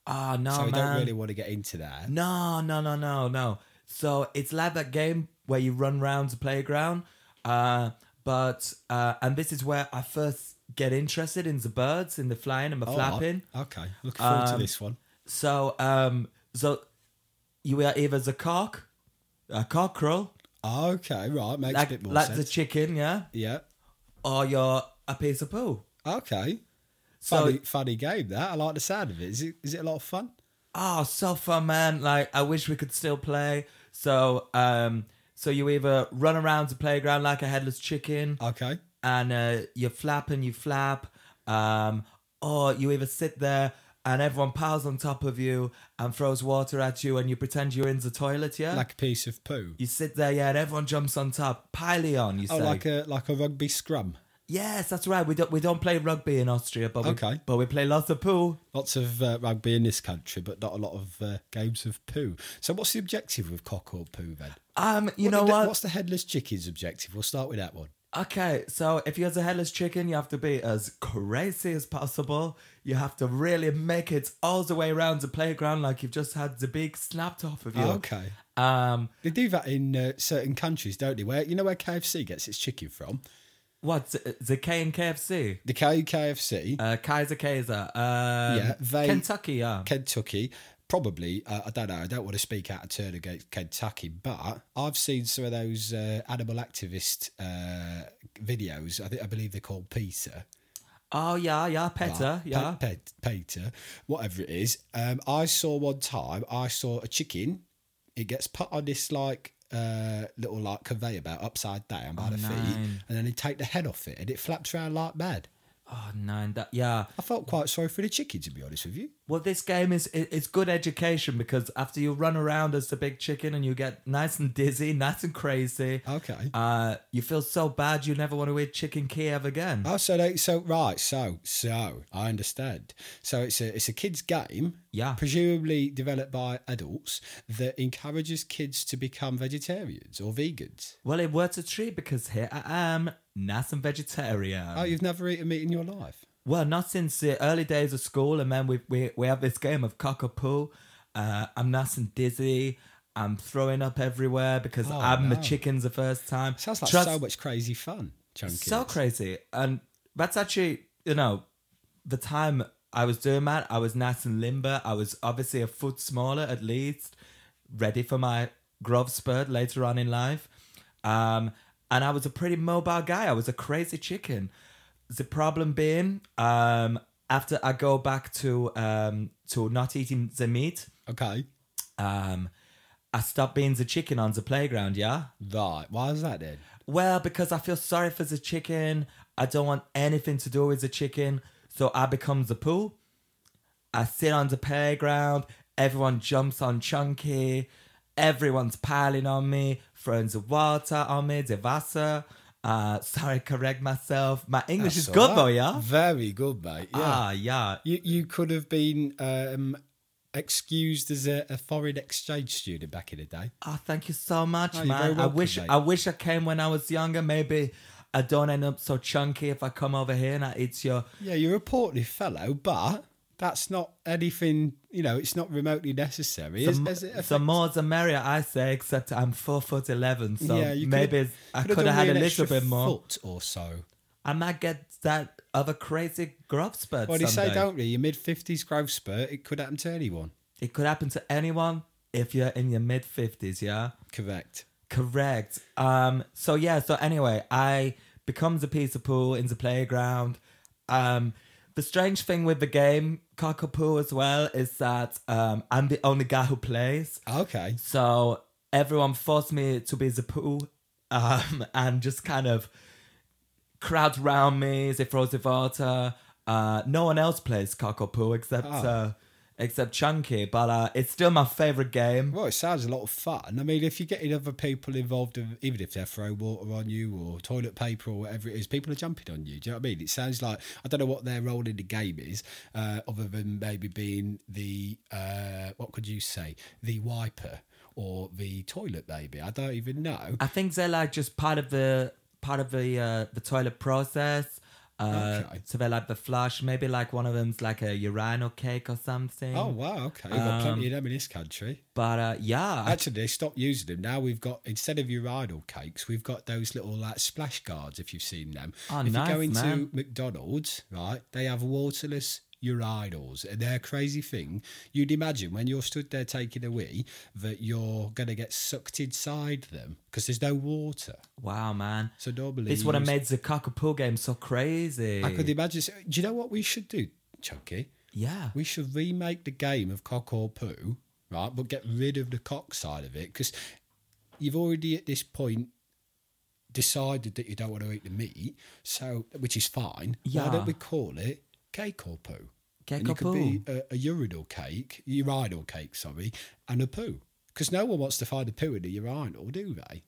S2: oh, no,
S1: so I
S2: man.
S1: don't really want to get into that.
S2: No, no, no, no, no. So it's like that game where you run round the playground. Uh, but uh, and this is where I first get interested in the birds, in the flying and the
S1: All right.
S2: flapping.
S1: Oh, Okay. Looking forward to
S2: Um,
S1: this one.
S2: So um, so you are either the cock, a cockerel,
S1: Okay, right. Makes a
S2: like
S1: bit more
S2: like the
S1: sense.
S2: chicken, yeah,
S1: yeah.
S2: or you're a piece of poo.
S1: Okay.
S2: So-
S1: Funny, funny game that. I like the sound of it. Is it, is it a lot of fun?
S2: Oh, so fun, man! Like I wish we could still play. So um, so you either run around the playground like a headless chicken,
S1: Okay.
S2: and uh, you flap and you flap Um, or you either sit there and everyone piles on top of you and throws water at you and you pretend you're in the toilet, yeah?
S1: Like a piece of poo.
S2: you sit there, yeah, and everyone jumps on top. Pileon, you
S1: Oh,
S2: say.
S1: like a like a rugby scrum.
S2: yes, that's right. We don't we don't play rugby in Austria, but we,
S1: Okay.
S2: but we play lots of pool.
S1: Lots of uh, rugby in this country, but not a lot of uh, games of poo. So, what's the objective with cock or poo then?
S2: Um, you know
S1: the-
S2: what?
S1: What's the headless chicken's objective? We'll start with that one.
S2: Okay, so if you're the headless chicken, you have to be as crazy as possible. You have to really make it all the way around the playground like you've just had the beak snapped off of you.
S1: Oh, Okay.
S2: Um,
S1: They do that in uh, certain countries, don't they? Where you know where KFC gets its chicken from?
S2: what the, the K and KFC,
S1: The K- KFC,
S2: uh, Kaiser Kaiser, um,
S1: Yeah, they-
S2: Kentucky, yeah.
S1: Kentucky. Probably, uh, I don't know. I don't want to speak out of turn against Kentucky, but I've seen some of those uh, animal activist uh, videos. I think I believe they're called Peter.
S2: Oh yeah, yeah, Petter,
S1: Ah, Pe-
S2: yeah.
S1: Pe- Peter, whatever it is. Um, I saw one time. I saw a chicken. It gets put on this like uh, little like conveyor belt upside down
S2: Oh,
S1: by the feet,
S2: nein.
S1: and then they take the head off it, and it flaps around like mad.
S2: oh nine, that yeah.
S1: I felt quite sorry for the chicken, to be honest with you.
S2: Well, this game is it, it's good education because after you run around as the big chicken and you get nice and dizzy, [LAUGHS] nice and crazy.
S1: Okay.
S2: Uh, you feel so bad you never want to eat chicken Kiev again.
S1: Oh, so they, so right, so so I understand. So it's a it's a kids game,
S2: Yeah.
S1: presumably developed by adults that encourages kids to become vegetarians or vegans.
S2: well, it works a treat because here I am, nice and vegetarian.
S1: Oh, you've never eaten meat in your life.
S2: Well, not since the early days of school, and then we we, we have this game of cock a poo. Uh, I'm nice and dizzy. I'm throwing up everywhere because
S1: Oh,
S2: I'm the
S1: no.
S2: chickens the first time.
S1: Sounds like
S2: Trust-
S1: so much crazy fun, Chunky.
S2: so crazy and that's actually you know the time i was doing that i was nice and limber i was obviously a foot smaller at least ready for my growth spurt later on in life um and i was a pretty mobile guy i was a crazy chicken the problem being um after i go back to um to not eating the meat
S1: Okay.
S2: um i stop being the chicken on the playground yeah
S1: Right. Why is that then?
S2: well, because I feel sorry for the chicken. I don't want anything to do with the chicken. So I become the poo. I sit on the playground. Everyone jumps on Chunky. Everyone's piling on me, throwing the water on me, the Wasser. Uh, [LAUGHS] sorry, correct myself. My English is
S1: That's
S2: good
S1: all
S2: though,
S1: right.
S2: yeah?
S1: Very good, mate. Yeah.
S2: Ah, yeah.
S1: You you could have been um, excused as a, a foreign exchange student back in the day.
S2: Oh, thank you so much,
S1: you're
S2: man.
S1: very
S2: I
S1: welcome,
S2: wish
S1: mate.
S2: I wish I came when I was younger. Maybe I don't end up so chunky if I come over here and I eat your
S1: Yeah, you're a portly fellow, but that's not anything. You know, it's not remotely necessary. Is,
S2: the,
S1: is it
S2: m- the more the merrier, I say. Except I'm four foot eleven, so
S1: Yeah, you could've-
S2: maybe it's- I could
S1: done
S2: have had
S1: with
S2: a
S1: an
S2: little
S1: extra
S2: bit more.
S1: foot or so.
S2: I might get that other crazy growth spurt.
S1: Well, they
S2: someday.
S1: say, don't they? Your mid fifties growth spurt, it could happen to anyone.
S2: It could happen to anyone if you're in your mid fifties. Yeah,
S1: Correct.
S2: correct. Um. So yeah. So anyway, I become the piece of poo in the playground. Um. The strange thing with the game Cockapoo as well is that um, I'm the only guy who plays.
S1: Okay.
S2: So everyone forced me to be the poo um, [LAUGHS] and just kind of crowds round me, they throw the water. Uh, no one else plays cock or poo except,
S1: Ah.
S2: uh, except Chunky, but uh, it's still my favorite game.
S1: Well, it sounds a lot of fun. I mean, if you're getting other people involved, in- even if they're throwing water on you or toilet paper or whatever it is, people are jumping on you. Do you know what I mean? It sounds like I don't know what their role in the game is, uh, other than maybe being the uh, what could you say, the wiper or the toilet, maybe. I don't even know.
S2: I think they're like just part of the part of the uh, the toilet process. Uh,
S1: Okay.
S2: So they're like the flush. Maybe like one of them's like a urinal cake or something.
S1: Oh wow, okay, we've got plenty of them in this country.
S2: But uh, yeah, I
S1: Actually, they stopped using them. Now we've got instead of urinal cakes, we've got those little like splash guards. If you've seen them,
S2: Oh,
S1: if you go
S2: nice,
S1: into
S2: man.
S1: McDonald's, right, they have waterless urinals, and they're a crazy thing. You'd imagine when you're stood there taking a wee that you're gonna get sucked inside them because there's no water.
S2: wow, man.
S1: So normally,
S2: It's what I
S1: you-
S2: made the cockapoo game so crazy.
S1: I could e- imagine. so- Do you know what we should do, Chunky?
S2: yeah.
S1: We should remake the game of cock or poo, right? But get rid of the cock side of it because you've already at this point decided that you don't want to eat the meat, so which is fine. Why don't
S2: Yeah.
S1: we call it cake or poo?
S2: Cake
S1: and
S2: or
S1: it could be a, a urinal cake, urinal cake, sorry, and a poo. Because no one wants to find a poo in a urinal, do they?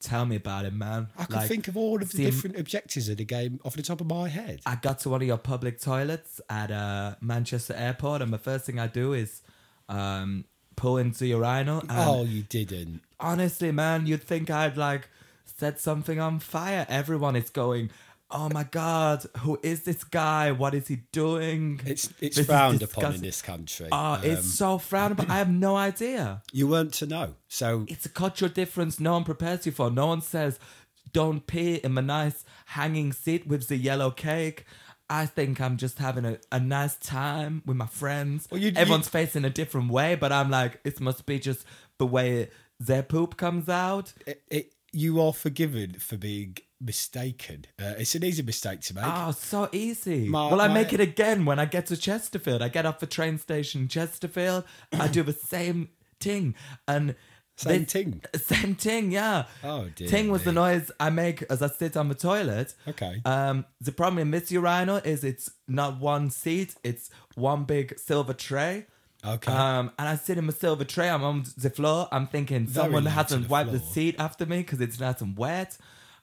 S2: Tell me about it, man.
S1: I can
S2: Like,
S1: think of all of the
S2: the Uh, am-
S1: different objectives of the game off the top of my head.
S2: I got to one of your public toilets at uh, Manchester Airport, and the first thing I do is um, pull into urinal. And
S1: oh, you didn't.
S2: honestly, man, you'd think I'd like set something on fire. Everyone is going, "Oh my god, who is this guy? What is he doing?"
S1: It's um,
S2: This
S1: it's
S2: is
S1: frowned upon in
S2: disgusting.
S1: this country.
S2: Oh, it's so frowned upon. I have no idea.
S1: you weren't to know. So
S2: It's a cultural difference no one prepares you for. No one says, "Don't pee in the nice hanging seat with the yellow cake." I think I'm just having a, a nice time with my friends.
S1: Well, you- you-
S2: Everyone's facing a different way, but I'm like, it must be just the way their poop comes out.
S1: it, it, you are forgiven for being mistaken. Uh, it's an easy mistake to make.
S2: Oh, so easy.
S1: My-
S2: well, I
S1: my-
S2: make it again when I get to Chesterfield. I get off the train station in Chesterfield. I do the same thing. And
S1: Same thing?
S2: Same thing, yeah.
S1: Oh, dear
S2: Ting was the
S1: me.
S2: noise I make as I sit on the toilet.
S1: Okay.
S2: Um, the problem in this urinal is it's not one seat, it's one big silver tray.
S1: Okay.
S2: Um, and I sit in my silver tray. I'm on the floor. I'm thinking someone
S1: low to
S2: hasn't
S1: the
S2: wiped the
S1: floor.
S2: seat after me because it's nice and wet.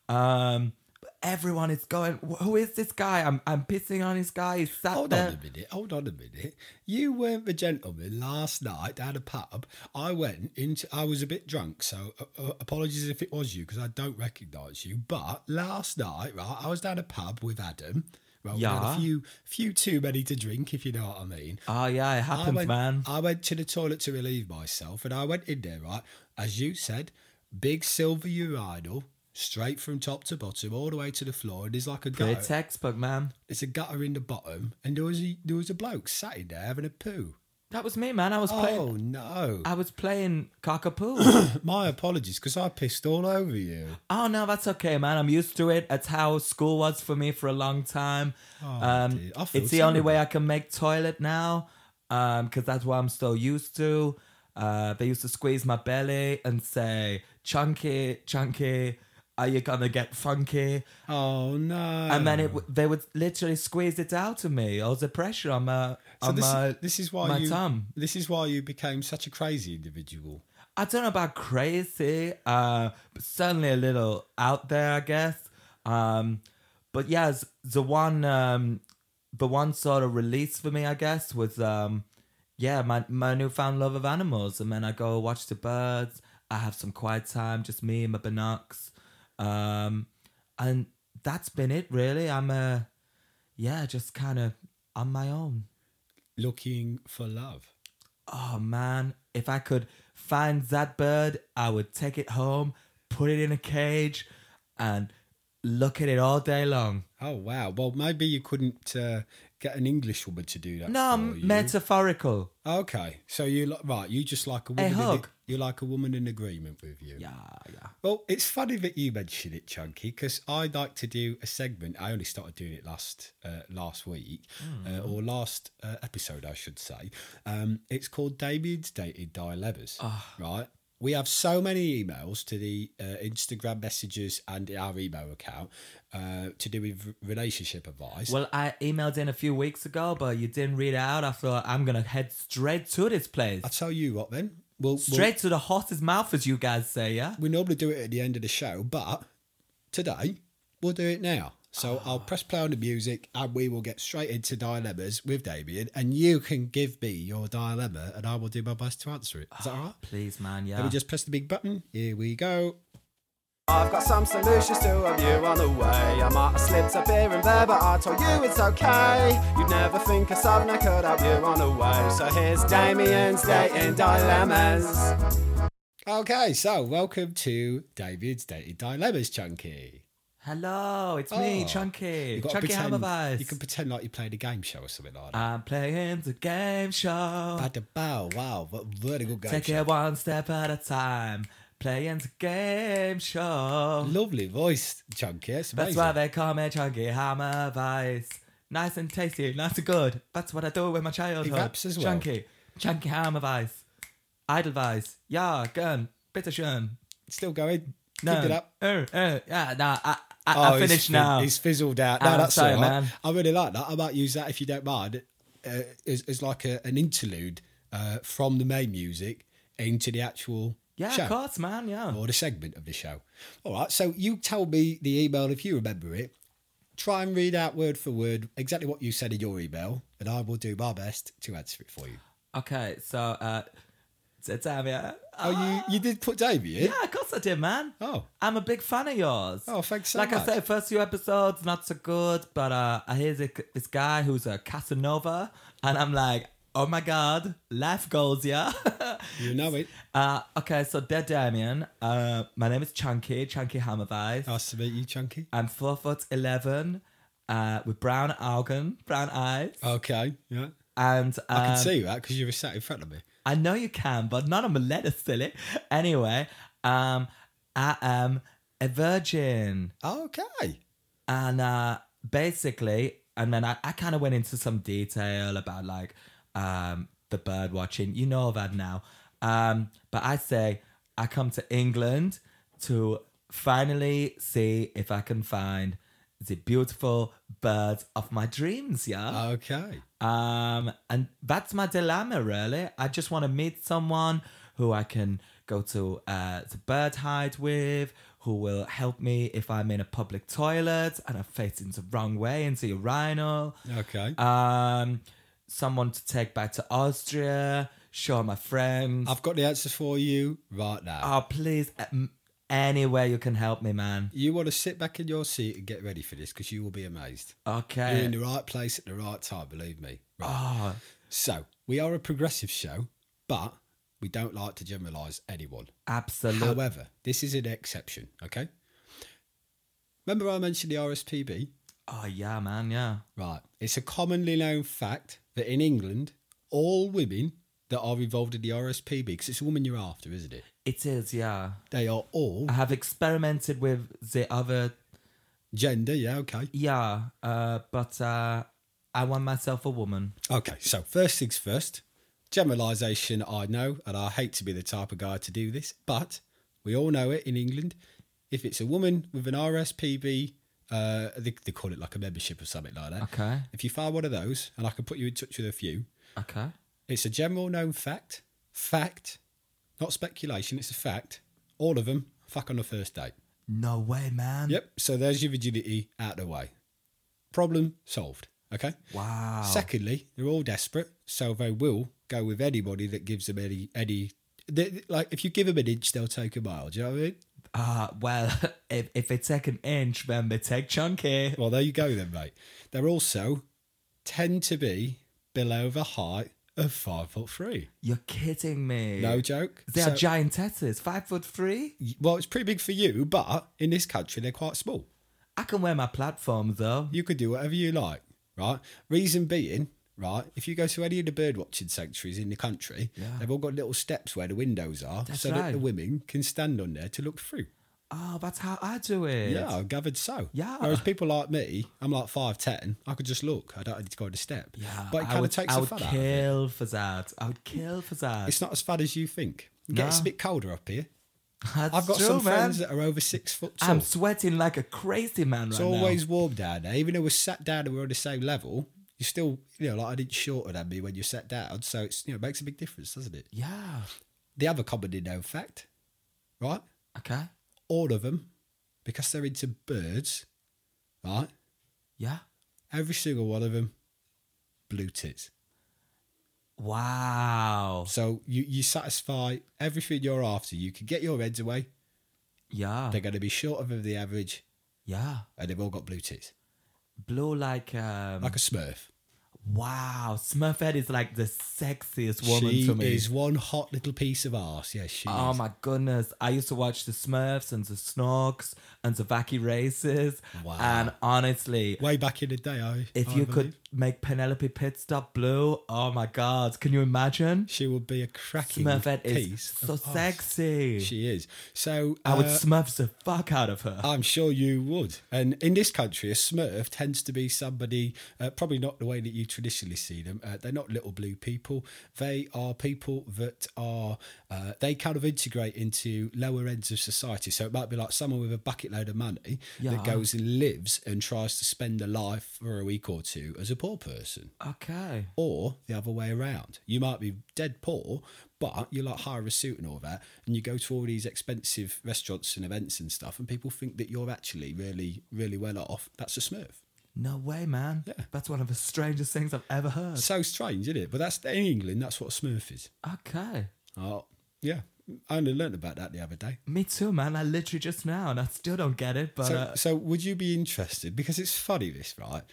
S2: Um, but everyone is going. Who is this guy? I'm I'm pissing on this guy. He's sat
S1: Hold
S2: there.
S1: on a minute. Hold on a minute. You weren't the gentleman last night at a pub. I went into. I was a bit drunk, so uh, uh, apologies if it was you because I don't recognise you. But last night, right, I was down a pub with Adam. Right, we had
S2: Yeah.
S1: a few, few too many to drink, if you know what I mean.
S2: Oh yeah, it
S1: I
S2: happens,
S1: went,
S2: man.
S1: I went to the toilet to relieve myself, and I went in there, right? As you said, big silver urinal, straight from top to bottom, all the way to the floor, and there's like a
S2: The
S1: gutter.
S2: textbook, man.
S1: There's a gutter in the bottom, and there was a, there was a bloke sat in there having a poo.
S2: That was me, man. I was playing.
S1: Oh no!
S2: I was playing cockapoo.
S1: My apologies, because I pissed all over you.
S2: oh no, that's okay, man. I'm used to it. That's how school was for me for a long time. um,
S1: Oh, dear. I feel
S2: it's the only
S1: terrible.
S2: way I can make toilet now, um, because that's what I'm so used to. Uh, they used to squeeze my belly and say, "Chunky, chunky, are you gonna get funky?"
S1: Oh no!
S2: And then it, w- they would literally squeeze it out of me. All the pressure on my
S1: So
S2: on
S1: this,
S2: my
S1: this is why
S2: my
S1: you
S2: tongue.
S1: this is why you became such a crazy individual.
S2: I don't know about crazy, uh, but certainly a little out there, I guess. Um, but yeah, s- the one, um, the one sort of release for me, I guess, was um, yeah, my my newfound love of animals, and then I go watch the birds. I have some quiet time, just me and my binocs, um, and that's been it really. I'm uh, yeah, just kind of on my own.
S1: Looking for love.
S2: Oh man, if I could find that bird, I would take it home, put it in a cage, and look at it all day long.
S1: Oh wow! Well, maybe you couldn't uh, get an English woman to do that.
S2: No,
S1: for
S2: I'm
S1: Oh, you.
S2: metaphorical.
S1: okay. So you li- right? You just like a woman. in
S2: hug.
S1: you like a woman in agreement with you.
S2: Yeah, yeah.
S1: Well, it's funny that you mention it, Chunky, because I like to do a segment. I only started doing it last uh, last week uh,
S2: Hmm.
S1: or last uh, episode, I should say. Um, it's called Damien's Dated Dilemmas.
S2: Ah.
S1: Right. We have so many emails to the uh, Instagram messages and our email account uh, to do with relationship advice.
S2: Well, I emailed in a few weeks ago, but you didn't read it out. I thought I'm gonna head straight to this place,
S1: I tell you what, then we'll we'll-
S2: straight to the horse's mouth, as you guys say. Yeah.
S1: we normally do it at the end of the show, but today we'll do it now. So I'll press play on the music and we will get straight into dilemmas with Damien. And you can give me your dilemma and I will do my best to answer it. Is that all right?
S2: Please, man.
S1: Let
S2: Yeah.
S1: me just press the big button. Here we go.
S4: I've got some solutions to a view on the way. I might have slipped a beer in there, but I told you it's okay. You'd never think of something that could help you on the way. So here's Damien's dating dilemmas.
S1: Okay, so welcome to David's Dated Dilemmas, Chunky.
S2: Hello, it's me,
S1: Oh,
S2: Chunky.
S1: You've got to
S2: Chunky Hammervice.
S1: You can pretend like you played a game show or something like that.
S2: I'm playing the game show.
S1: Bada bow, wow, what a really good game
S2: Uh-huh. Take
S1: show.
S2: it one step at a time. Playing the game show.
S1: Lovely voice, Chunky. It's
S2: That's
S1: amazing.
S2: why they call me Chunky Hammer Vice. Nice and tasty, nice and good. That's what I do with my childhood.
S1: raps as well.
S2: Chunky, Chunky Hammer Vice. Idle Vice. Ja, gern, bitte schön.
S1: Still going.
S2: No.
S1: Keep it up.
S2: Er, er, yeah, nah, I, I,
S1: Oh,
S2: I
S1: he's
S2: finished
S1: fi-
S2: now.
S1: He's fizzled out. No,
S2: I'm
S1: that's
S2: sorry,
S1: all right.
S2: man.
S1: I really like that. I might use that if you don't mind uh, as, as like a, an interlude uh, from the main music into the actual
S2: yeah,
S1: show
S2: of course, man. Yeah.
S1: or the segment of the show. All right. So you tell me the email if you remember it. Try and read out word for word exactly what you said in your email, and I will do my best to answer it for you.
S2: Okay, so uh, so Tavia.
S1: Oh, you you did put Davey in.
S2: Uh, Yeah, of course I did, man.
S1: Oh.
S2: I'm a big fan of yours.
S1: Oh, thanks so
S2: like
S1: much.
S2: I said, first few episodes not so good, but uh, I hear this, this guy who's a Casanova, and I'm like, oh my god, life goals, yeah. [LAUGHS]
S1: You know it.
S2: uh, okay, so dear Damien, uh, my name is Chunky, Chunky Hammervice.
S1: Nice to meet you, Chunky.
S2: I'm four foot eleven, uh, with brown argan, brown eyes,
S1: Okay. Yeah.
S2: and uh,
S1: I can see that because you were sat in front of me.
S2: I know you can, but not on my letter, silly. Anyway, um, I am a virgin.
S1: Okay.
S2: And uh, basically, and then I, I kind of went into some detail about like um, the bird watching. You know all that now. Um, but I say, I come to England to finally see if I can find the beautiful bird of my dreams, yeah?
S1: Okay.
S2: Um, and that's my dilemma, really. I just want to meet someone who I can go to uh, the bird hide with, who will help me if I'm in a public toilet and I'm facing the wrong way into a urinal.
S1: Okay.
S2: Um, someone to take back to Austria, show my friends.
S1: I've got the answer for you right now.
S2: oh, please, um, any way you can help me, man.
S1: you want to sit back in your seat and get ready for this because you will be amazed. You're in
S2: Okay.
S1: the right place at the right time, believe me. Right.
S2: Oh,
S1: So, we are a progressive show, but we don't like to generalise anyone.
S2: absolutely.
S1: However, this is an exception, okay? Remember I mentioned the RSPB?
S2: Oh, yeah, man, yeah.
S1: Right. It's a commonly known fact that in England, all women that are involved in the RSPB, because it's a woman you're after, isn't it?
S2: It is, yeah.
S1: They are all
S2: I have experimented with the other
S1: gender, yeah, okay.
S2: Yeah, uh, but uh, I want myself a woman.
S1: Okay, so first things first. Generalisation, I know, and I hate to be the type of guy to do this, but we all know it in England. If it's a woman with an RSPB, uh, they, they call it like a membership or something like that.
S2: Okay.
S1: If you find one of those, and I can put you in touch with a few,
S2: Okay.
S1: it's a general known fact. Fact, not speculation, it's a fact. All of them fuck on the first date.
S2: No way, man.
S1: Yep, so there's your virginity out of the way. Problem solved, okay?
S2: Wow.
S1: Secondly, they're all desperate, so they will go with anybody that gives them any any. They, like if you give them an inch, they'll take a mile. Do you know what I mean?
S2: Uh, well, [LAUGHS] if, if they take an inch, then they take chunky.
S1: Well, there you go then, mate. They're also tend to be below the height of five foot three.
S2: You're kidding me.
S1: No joke.
S2: They
S1: So-
S2: are giantesses. Five foot three?
S1: well, it's pretty big for you, but in this country, they're quite small.
S2: I can wear my platform, though.
S1: You could do whatever you like, right? Reason being, right? If you go to any of the bird watching sanctuaries in the country,
S2: Yeah.
S1: they've all got little steps where the windows are,
S2: That's
S1: so that
S2: right.
S1: the women can stand on there to look through.
S2: Oh, that's how I do it.
S1: Yeah, I gathered so.
S2: Yeah.
S1: Whereas people like me, I'm like five ten. I could just look. I don't need to go on a step.
S2: Yeah,
S1: But it
S2: I
S1: kind of
S2: would,
S1: takes
S2: I
S1: the
S2: would
S1: fun out. of it.
S2: kill for that. I would kill for that.
S1: It's not as fun as you think. It gets a
S2: No.
S1: bit colder up here.
S2: That's
S1: I've got
S2: true,
S1: some
S2: man.
S1: friends that are over six foot tall.
S2: I'm sweating like a crazy man
S1: it's
S2: right
S1: always warm down there. Even though we're sat down and we're on the same level, you're still, you know, like I didn't shorter than me when you sat down. So it's, you know, it makes a big difference, doesn't it?
S2: now. Yeah.
S1: The other commonly known fact, right?
S2: Okay.
S1: All of them, because they're into birds, right?
S2: Yeah.
S1: Every single one of them, blue tits.
S2: Wow.
S1: So you, you satisfy everything you're after. You can get your heads away.
S2: Yeah.
S1: They're going to be shorter than the average,
S2: yeah.
S1: and they've all got blue tits,
S2: Blue like um
S1: like a Smurf.
S2: wow. Smurfette is like the sexiest woman
S1: she
S2: to me.
S1: is one hot little piece of arse. Yes, she
S2: Oh
S1: is.
S2: my goodness. I used to watch the Smurfs and the Snorks and the Vacky races.
S1: Wow.
S2: And honestly,
S1: Way back in the day, I
S2: if
S1: I
S2: you
S1: believe.
S2: could make Penelope Pitstop blue. Oh my God. Can you imagine?
S1: She would be a cracking
S2: Smurfette is
S1: piece.
S2: so
S1: of art.
S2: sexy.
S1: She is. So
S2: I would
S1: uh,
S2: smurf the fuck out of her.
S1: I'm sure you would. And in this country, a Smurf tends to be somebody, uh, probably not the way that you traditionally see them. Uh, they're not little blue people. They are people that are, uh, they kind of integrate into lower ends of society. So it might be like someone with a bucket load of money
S2: Yeah.
S1: that goes and lives and tries to spend a life for a week or two as a poor person
S2: okay.
S1: or the other way around. You might be dead poor, but you like hire a suit and all that, and you go to all these expensive restaurants and events and stuff, and people think that you're actually really, really well off. That's a Smurf.
S2: No way, man.
S1: Yeah.
S2: That's one of the strangest things I've ever heard.
S1: So strange, isn't it? But that's in England. That's what a Smurf is.
S2: Okay.
S1: Oh, yeah. I only learnt about that the other day.
S2: Me too, man. I literally just now, and I still don't get it. But
S1: So,
S2: uh,
S1: so would you be interested? Because it's funny, this right?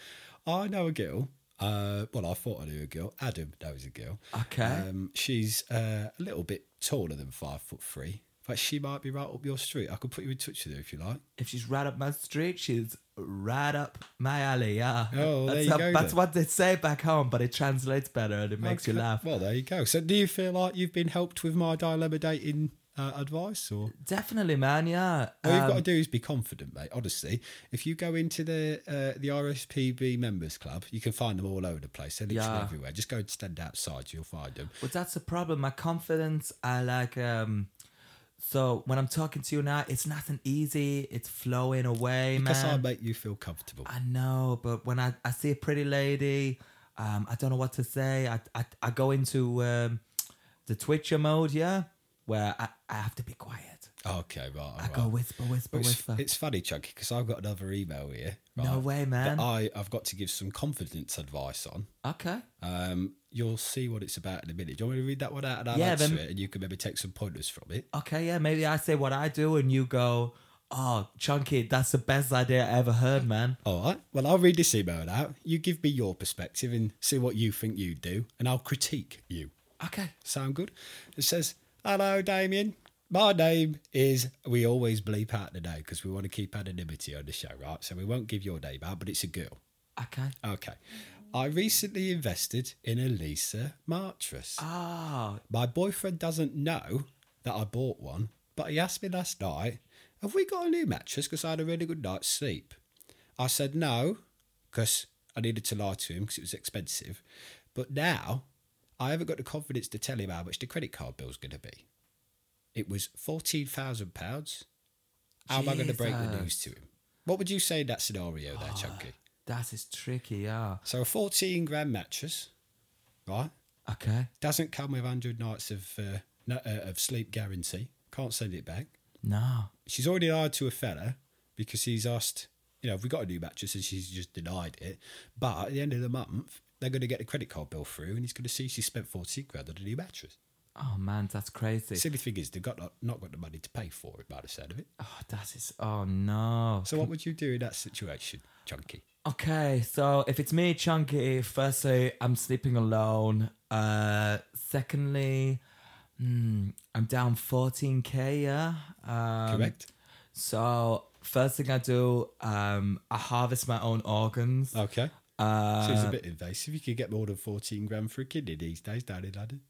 S1: I know a girl. Uh, well, I thought I knew a girl. Adam knows a girl.
S2: Okay.
S1: Um, she's uh, a little bit taller than five foot three, but she might be right up your street. I could put you in touch with her if you like.
S2: if she's right up my street, she's right up my alley. Yeah.
S1: Oh, well,
S2: that's
S1: there you go
S2: That's
S1: then.
S2: what they say back home, but it translates better and it makes you
S1: Okay.
S2: laugh.
S1: Well, there you go. So, do you feel like you've been helped with my dilemma dating uh, advice, or
S2: Definitely, man. Yeah.
S1: all you've
S2: Um,
S1: got to do is be confident, mate? Honestly, if you go into the uh, the RSPB members club, you can find them all over the place. They're literally
S2: Yeah.
S1: everywhere. Just go and stand outside, you'll find them.
S2: Well, that's the problem. My confidence, I like. um So when I'm talking to you now, it's nothing easy. It's flowing away,
S1: Because I
S2: man.
S1: make you feel comfortable.
S2: I know, but when I, I see a pretty lady, um, I don't know what to say. I I, I go into um, the Twitcher mode, yeah, where I, I have to be quiet.
S1: Okay, right.
S2: I
S1: alright.
S2: go whisper, whisper,
S1: But it's,
S2: whisper.
S1: it's funny, Chunky, because I've got another email here.
S2: No
S1: right,
S2: way, man.
S1: That I, I've got to give some confidence advice on.
S2: okay.
S1: Um, you'll see what it's about in a minute. Do you want me to read that one out and I'll
S2: Yeah,
S1: answer
S2: then-
S1: it and you can maybe take some pointers from it?
S2: Okay, yeah, maybe I say what I do and you go, oh, Chunky, that's the best idea I ever heard, man.
S1: All right. Well, I'll read this email out. You give me your perspective and see what you think you do, and I'll critique you.
S2: Okay.
S1: Sound good? It says, Hello, Damien. My name is, we always bleep out the name because we want to keep anonymity on the show, right? So we won't give your name out, but it's a girl.
S2: Okay.
S1: Okay. I recently invested in a Lisa mattress.
S2: Oh,
S1: My boyfriend doesn't know that I bought one, but he asked me last night, Have we got a new mattress? Because I had a really good night's sleep. I said no, because I needed to lie to him because it was expensive. But now I haven't got the confidence to tell him how much the credit card bill's going to be. It was £14,000. How am I going to break the
S2: Jesus.
S1: news to him? What would you say in that scenario there, Chunky?
S2: that is tricky, yeah.
S1: So a 14 grand mattress, right?
S2: Okay.
S1: Doesn't come with 100 nights of uh, no, uh, of sleep guarantee. Can't send it back.
S2: No.
S1: She's already lied to a fella because he's asked, you know, have we got a new mattress? And she's just denied it. But at the end of the month, they're going to get the credit card bill through and he's going to see she spent 14 grand on a new mattress.
S2: Oh, man, that's crazy.
S1: Silly thing is, they've got not, not got the money to pay for it by the sound of it.
S2: Oh, that is. Oh, no.
S1: So what would you do in that situation, Chunky?
S2: Okay, so if it's me, Chunky, firstly, I'm sleeping alone. Uh, secondly, hmm, I'm down 14k, yeah? Um,
S1: Correct?
S2: So, first thing I do, um, I harvest my own organs.
S1: okay.
S2: Uh,
S1: Seems a bit invasive. You could get more than 14 grand for a kidney these days down in London.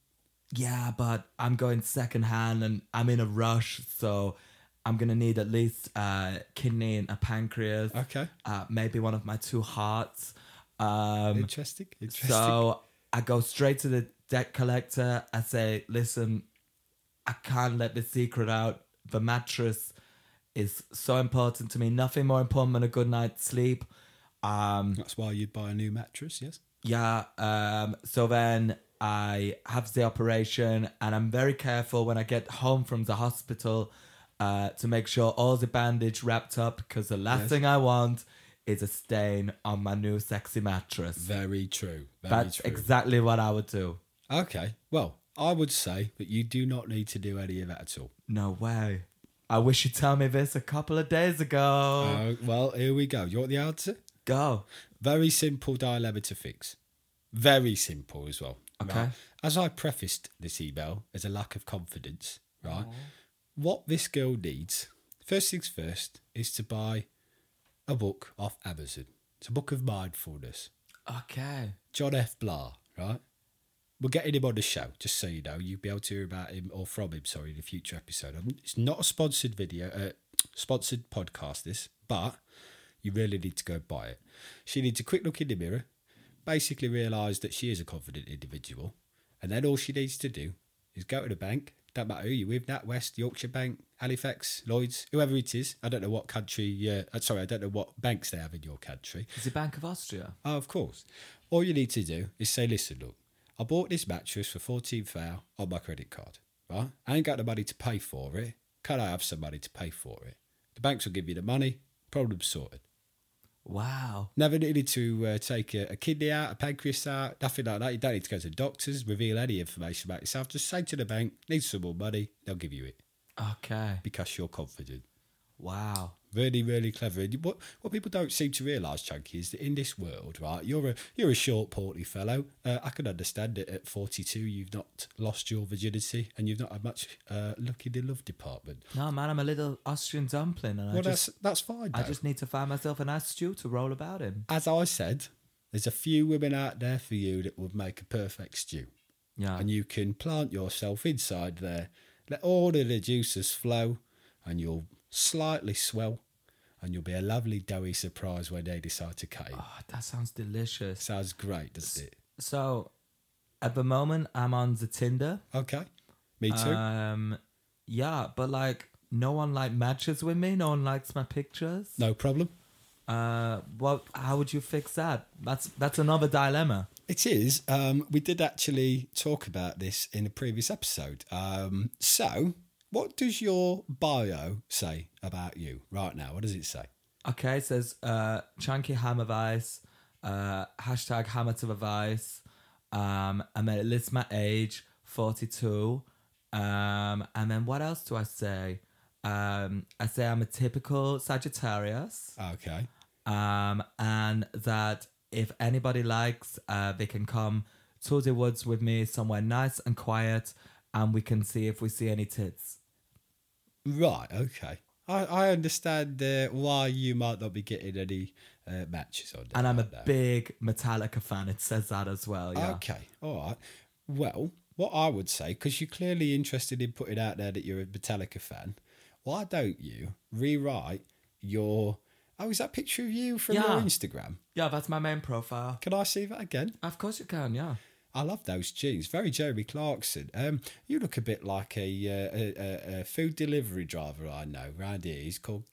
S2: yeah, but I'm going secondhand and I'm in a rush, so I'm gonna need at least a kidney and a pancreas.
S1: Okay.
S2: Uh, maybe one of my two hearts. Um,
S1: Interesting. Interesting.
S2: so I go straight to the debt collector. I say, listen, I can't let this secret out. The mattress is so important to me. Nothing more important than a good night's sleep. Um,
S1: That's why you'd buy a new mattress, yes?
S2: yeah. Um, so then I have the operation, and I'm very careful when I get home from the hospital uh, to make sure all the bandage wrapped up because the last thing I want is a stain on my new sexy mattress.
S1: Very true. Very
S2: That's
S1: true.
S2: exactly what I would do.
S1: okay. Well, I would say that you do not need to do any of that at all.
S2: No way. I wish you'd tell me this a couple of days ago.
S1: Uh, well, here we go. You want the answer?
S2: Go.
S1: Very simple dilemma to fix. Very simple as well.
S2: Okay.
S1: As I prefaced this email as a lack of confidence, right?
S2: Oh.
S1: What this girl needs, first things first, is to buy a book off Amazon. It's a book of mindfulness.
S2: Okay.
S1: John F. Blah, right? We'll get him on the show, just so you know. You'll be able to hear about him or from him, sorry, in a future episode. Um, It's not a sponsored video, uh, sponsored podcast, this, but you really need to go and buy it. She needs a quick look in the mirror, basically realise that she is a confident individual, and then all she needs to do is go to the bank. Don't matter who you're with, NatWest, Yorkshire Bank, Halifax, Lloyds, whoever it is. I don't know what country, uh, uh, sorry, I don't know what banks they have in your country.
S2: Is it Bank of Austria?
S1: Oh, of course. All you need to do is say, listen, look, I bought this mattress for 14 thou on my credit card, right? I ain't got the money to pay for it. Can I have some money to pay for it? The banks will give you the money. Problem sorted.
S2: Wow.
S1: Never needed to uh, take a, a kidney out, a pancreas out, nothing like that. You don't need to go to doctors, reveal any information about yourself. Just say to the bank, need some more money, they'll give you it
S2: Okay.
S1: because you're confident.
S2: Wow.
S1: Really, really clever. And What what people don't seem to realise, Chunky, is that in this world, right, you're a you're a short, portly fellow. Uh, I can understand it. At 42, you've not lost your virginity, and you've not had much uh, luck in the love department.
S2: No, man, I'm a little Austrian dumpling, and I
S1: well,
S2: just
S1: that's that's fine.
S2: I
S1: though.
S2: just need to find myself a nice stew to roll about in.
S1: as I said, there's a few women out there for you that would make a perfect stew,
S2: Yeah.
S1: and you can plant yourself inside there. Let all of the juices flow, and you'll slightly swell, and you'll be a lovely doughy surprise when they decide to cut it.
S2: Oh, that sounds delicious.
S1: Sounds great, doesn't it?
S2: So, at the moment, I'm on the Tinder.
S1: Okay. Me too.
S2: Um, yeah, but like, no one like matches with me. No one likes my pictures.
S1: no problem.
S2: Uh, what? How would you fix that? That's that's another dilemma.
S1: It is. Um, we did actually talk about this in a previous episode. Um, so, what does your bio say about you right now? What does it say?
S2: Okay, it says uh, chunky hammer vice, uh, hashtag hammer to the vice. Um, and then it lists my age, 42. Um, and then what else do I say? Um, I say I'm a typical Sagittarius.
S1: Okay.
S2: Um, and that if anybody likes, uh, they can come to the woods with me somewhere nice and quiet, and we can see if we see any tits.
S1: Right. Okay. I, I understand uh, why you might not be getting any uh, matches on.
S2: And I'm a
S1: right now.
S2: big Metallica fan. It says that as well. Yeah.
S1: Okay, all right. Well, what I would say, because you're clearly interested in putting out there that you're a Metallica fan, why don't you rewrite your? Oh, is that picture of you from your
S2: Yeah.
S1: Instagram?
S2: Yeah, that's my main profile.
S1: Can I see that again?
S2: Of course you can, yeah.
S1: I love those jeans. Very Jeremy Clarkson. Um, you look a bit like a, uh, a, a, a food delivery driver I know round here. He's called.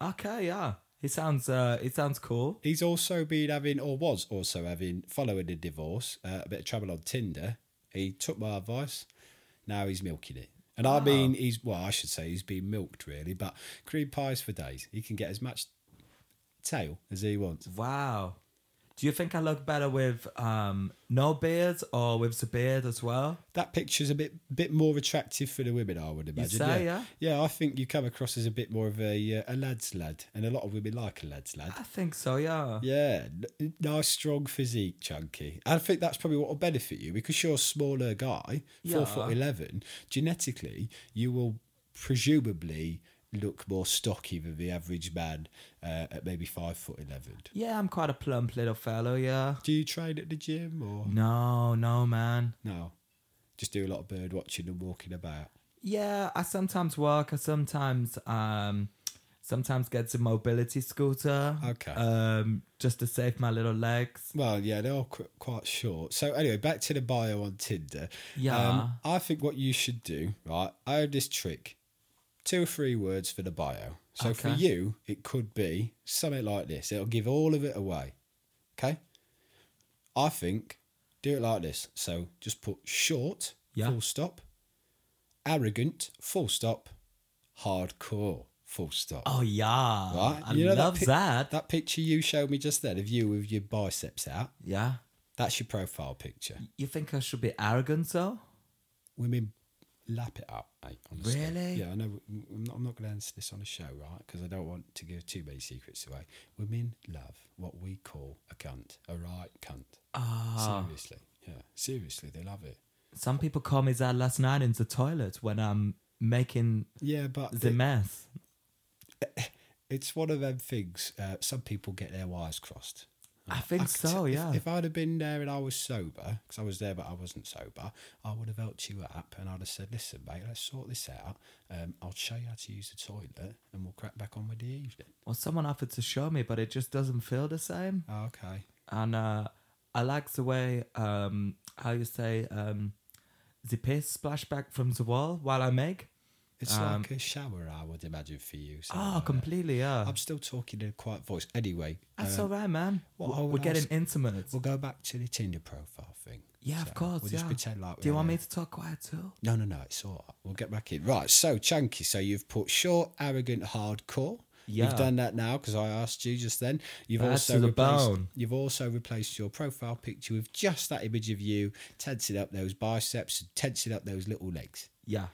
S2: Okay, yeah. He sounds uh it sounds cool.
S1: He's also been having, or was also having, following a divorce, uh, a bit of trouble on Tinder. He took my advice. Now he's milking it. And I mean, he's, well, I should say he's been milked really, but cream pies for days. He can get as much tail as he wants.
S2: Wow. Do you think I look better with um no beard or with the beard as well?
S1: That picture's a bit bit more attractive for the women, I would imagine.
S2: say,
S1: yeah. Yeah, I think you come across as a bit more of a, uh, a lad's lad, and a lot of women like a lad's lad.
S2: I think so, yeah.
S1: Yeah, n- nice strong physique, chunky. And I think that's probably what will benefit you because you're a smaller guy, four
S2: Yeah.
S1: foot eleven. Genetically, you will presumably look more stocky than the average man uh, at maybe five foot eleven.
S2: Yeah, I'm quite a plump little fellow, yeah.
S1: Do you train at the gym or
S2: No, no man.
S1: no? Just do a lot of bird watching and walking about.
S2: Yeah, I sometimes walk, I sometimes um sometimes get the mobility scooter.
S1: Okay.
S2: Um just to save my little legs.
S1: Well, yeah, they're all qu- quite short. So anyway, back to the bio on Tinder.
S2: Yeah.
S1: Um, I think what you should do, right? I have this trick: two or three words for the bio. So for
S2: Okay.
S1: you, it could be something like this. It'll give all of it away. Okay. I think do it like this. So just put short,
S2: Yeah.
S1: full stop, arrogant, full stop, hardcore, full stop.
S2: Oh yeah.
S1: Right?
S2: I
S1: You know that
S2: love
S1: pic-
S2: that.
S1: That picture you showed me just then of you with your biceps out.
S2: Yeah.
S1: That's your profile picture.
S2: You think I should be arrogant though?
S1: Women lap it up, mate. Honestly.
S2: Really?
S1: Yeah, I know. I'm not, I'm not going to answer this on a show, right? Because I don't want to give too many secrets away. Women love what we call a cunt, a right cunt.
S2: Ah.
S1: Seriously. Yeah, seriously, they love it.
S2: Some people call me that last night in the toilet when I'm making
S1: Yeah, but
S2: the
S1: it-
S2: mess.
S1: it's one of them things. Uh, some people get their wires crossed.
S2: I think so,
S1: If-
S2: yeah.
S1: If, I'd have been there and I was sober, because I was there but I wasn't sober, I would have helped you up and I'd have said, listen, mate, let's sort this out. Um, I'll show you how to use the toilet and we'll crack back on with the evening.
S2: well, someone offered to show me, but it just doesn't feel the same.
S1: Oh, okay.
S2: And uh, I like the way um, how you say um, the piss splashback from the wall while I make.
S1: It's
S2: Um,
S1: like a shower, I would imagine, for you. something
S2: Oh,
S1: like that.
S2: completely, yeah.
S1: I'm still talking in a quiet voice. Anyway,
S2: That's
S1: um,
S2: all right, man.
S1: what
S2: W-
S1: I would
S2: We're getting
S1: ask-
S2: intimate.
S1: we'll go back to the Tinder profile thing.
S2: yeah,
S1: So
S2: of course.
S1: We'll
S2: yeah.
S1: just pretend like
S2: Do you
S1: we're
S2: want
S1: there.
S2: me to talk quiet too?
S1: No, no, no. It's all right. We'll get back in. Right. So, Chunky, so you've put short, arrogant, hardcore.
S2: Yeah.
S1: You've done that now because I asked you just then. You've
S2: That's
S1: also
S2: to the
S1: replaced,
S2: bone.
S1: You've also replaced your profile picture with just that image of you tensing up those biceps and tensing up those little legs.
S2: Yeah.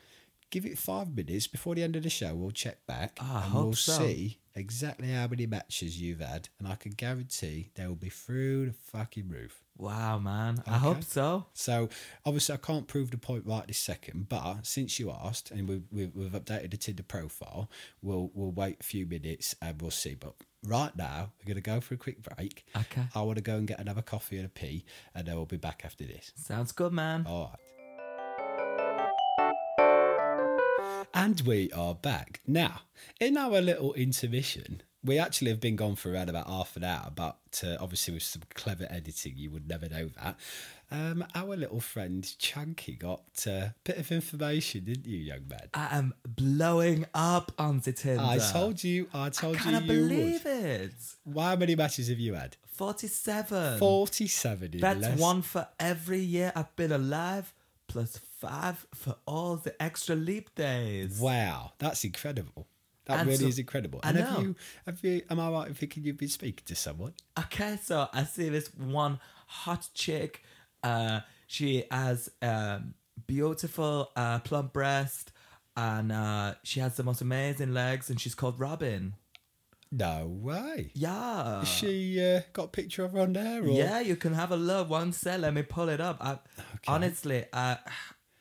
S1: Give it five minutes before the end of the show. We'll check back
S2: Ah, I
S1: and
S2: hope
S1: we'll
S2: so.
S1: see exactly how many matches you've had, and I can guarantee they will be through the fucking roof.
S2: Wow, man. I hope
S1: Okay.
S2: so.
S1: So obviously, I can't prove the point right this second. But since you asked, and we've we've, we've updated the Tinder profile, we'll we'll wait a few minutes and we'll see. But right now, we're gonna go for a quick break.
S2: Okay.
S1: I want to go and get another coffee and a pee, and then we'll be back after this.
S2: Sounds good, man.
S1: All right. And we are back. Now, in our little intermission, we actually have been gone for around about half an hour, but uh, obviously with some clever editing, you would never know that. Um, our little friend Chunky got uh, a bit of information, didn't you, young man?
S2: I am blowing up on the Tinder.
S1: I told you, I
S2: uh, I
S1: told
S2: cannot
S1: you you
S2: believe
S1: would.
S2: it.
S1: How many matches have you had?
S2: 47.
S1: 47 in
S2: Um, That's
S1: less-
S2: one for every year I've been alive, plus five for all the extra leap days.
S1: Wow, that's incredible. That
S2: And
S1: really
S2: so-
S1: is incredible.
S2: I
S1: And
S2: know.
S1: have you have you am I right in thinking you've been speaking to someone?
S2: Okay, so I see this one hot chick. Uh, she has um, beautiful uh, plump breast, and uh, she has the most amazing legs, and she's called Robin.
S1: No way.
S2: Yeah.
S1: she uh, got a picture of her on there or
S2: Yeah, you can have a look. One sec, let me pull it up. I, Honestly, I,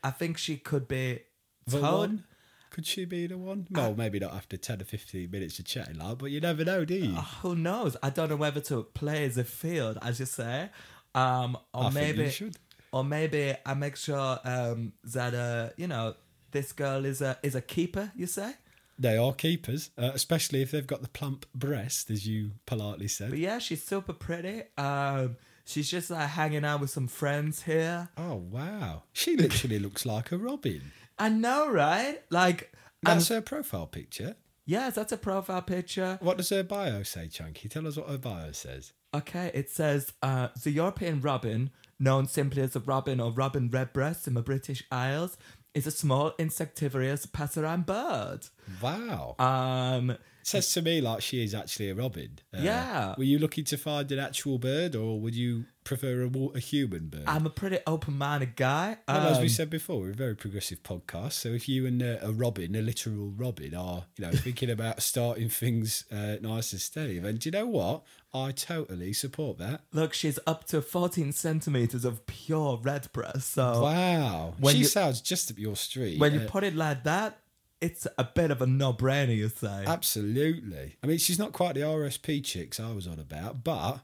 S2: I think she could be
S1: the
S2: Toad.
S1: one? Could she be the one?
S2: Uh.
S1: Well, maybe not after ten or fifteen minutes of chatting like, but you never know, do you?
S2: uh, Who knows? I don't know whether to play as a field, as you say, um, or
S1: I think you
S2: maybe,
S1: should.
S2: or maybe I make sure um, that uh, you know this girl is a is a keeper. You say,
S1: They are keepers, uh, especially if they've got the plump breast, as you politely said.
S2: but yeah, she's super pretty. Um, she's just like hanging out with some friends here.
S1: Oh wow, she literally looks like a robin.
S2: I know, right? Like, um,
S1: That's her profile picture.
S2: yes, that's a profile picture.
S1: What does her bio say, Chunky? Tell us what her bio says.
S2: Okay, it says uh, the European robin, known simply as the robin or robin redbreast in the British Isles, is a small insectivorous passerine bird.
S1: Wow.
S2: Um,
S1: says to me like she is actually a robin. Uh,
S2: Yeah.
S1: Were you looking to find an actual bird, or would you prefer a, wa- a human bird?
S2: I'm a pretty open-minded guy. Um,
S1: well, as we said before, we're a very progressive podcast. So if you and uh, a robin, a literal robin, are you know thinking about starting things uh, nice and steady, then do you know what? I totally support that.
S2: look, she's up to 14 centimeters of pure redbreast. So
S1: Wow,
S2: Oh, When
S1: she
S2: you-
S1: sounds just up your street.
S2: when you
S1: Uh,
S2: put it like that, it's a bit of a no-brainer, you say.
S1: absolutely, I mean she's not quite the RSP chicks I was on about, but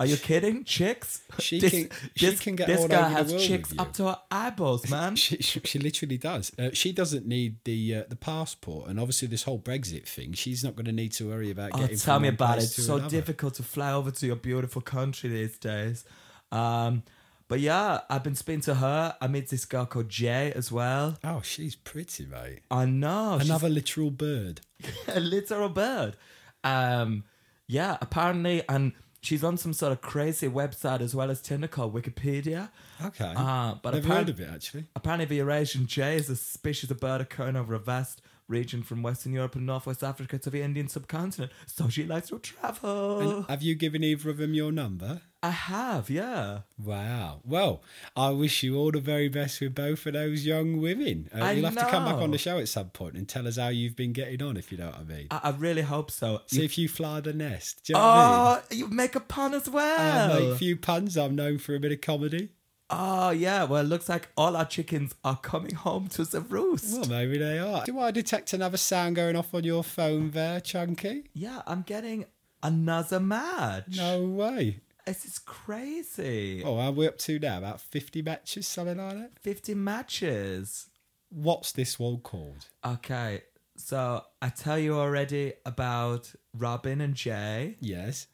S2: Are you kidding? Chicks?
S1: She can- she can get
S2: this
S1: all
S2: girl
S1: over the
S2: has
S1: world with
S2: chicks
S1: you.
S2: up to her eyeballs,
S1: [LAUGHS]
S2: man.
S1: She, she, she literally does. Uh, she doesn't need the uh, the passport, and obviously this whole Brexit thing. She's not going to need to worry about
S2: Oh,
S1: getting.
S2: tell
S1: from
S2: me
S1: one
S2: about it.
S1: place to
S2: It's so
S1: another.
S2: difficult to fly over to your beautiful country these days. Um, but yeah, I've been speaking to her. I met this girl called Jay as well.
S1: Oh, she's pretty, mate.
S2: I know. Oh, she's
S1: Another literal bird.
S2: [LAUGHS] a literal bird. Um, yeah, apparently, and she's on some sort of crazy website as well as Tinder called Wikipedia.
S1: Okay,
S2: Uh, but
S1: never
S2: apparent-
S1: heard of it actually.
S2: Apparently, the Eurasian jay is a species of bird occurring over a vast region from Western Europe and Northwest Africa to the Indian subcontinent. So she likes to travel.
S1: And have you given either of them your number?
S2: I have, yeah.
S1: Wow. Well, I wish you all the very best with both of those young women. Uh,
S2: I
S1: you'll have to come back
S2: know.
S1: on the show at some point and tell us how you've been getting on, if you know what I mean.
S2: I, I really hope so.
S1: See if you fly the nest. Do you know what I mean?
S2: oh, you make a pun as well.
S1: I make a few puns. I'm known for a bit of comedy.
S2: oh, yeah. Well, it looks like all our chickens are coming home to the roost.
S1: Well, maybe they are. Do I detect another sound going off on your phone there, Chunky?
S2: yeah, I'm getting another match.
S1: No way.
S2: This is crazy.
S1: Oh, are we up to now? About 50 matches, something like that?
S2: 50 matches.
S1: What's this one called?
S2: Okay, so I tell you already about Robin and Jay.
S1: Yes.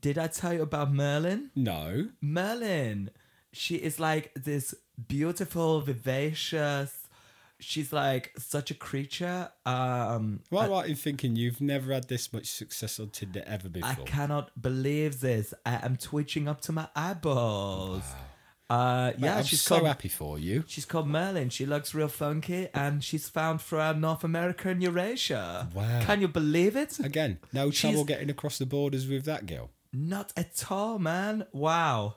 S2: Did I tell you about Merlin?
S1: No.
S2: Merlin, she is like this beautiful, vivacious. She's like such a creature. Um,
S1: Am I right in thinking you've never had this much success on Tinder ever
S2: I
S1: before?
S2: cannot believe this. I am twitching up to my eyeballs. Uh, yeah,
S1: I'm
S2: she's
S1: so
S2: called
S1: happy for you.
S2: she's called Merlin. She looks real funky, and she's found throughout North America and Eurasia.
S1: Wow.
S2: Can you believe it?
S1: Again, no
S2: She's-
S1: trouble getting across the borders with that girl.
S2: Not at all, man. Wow.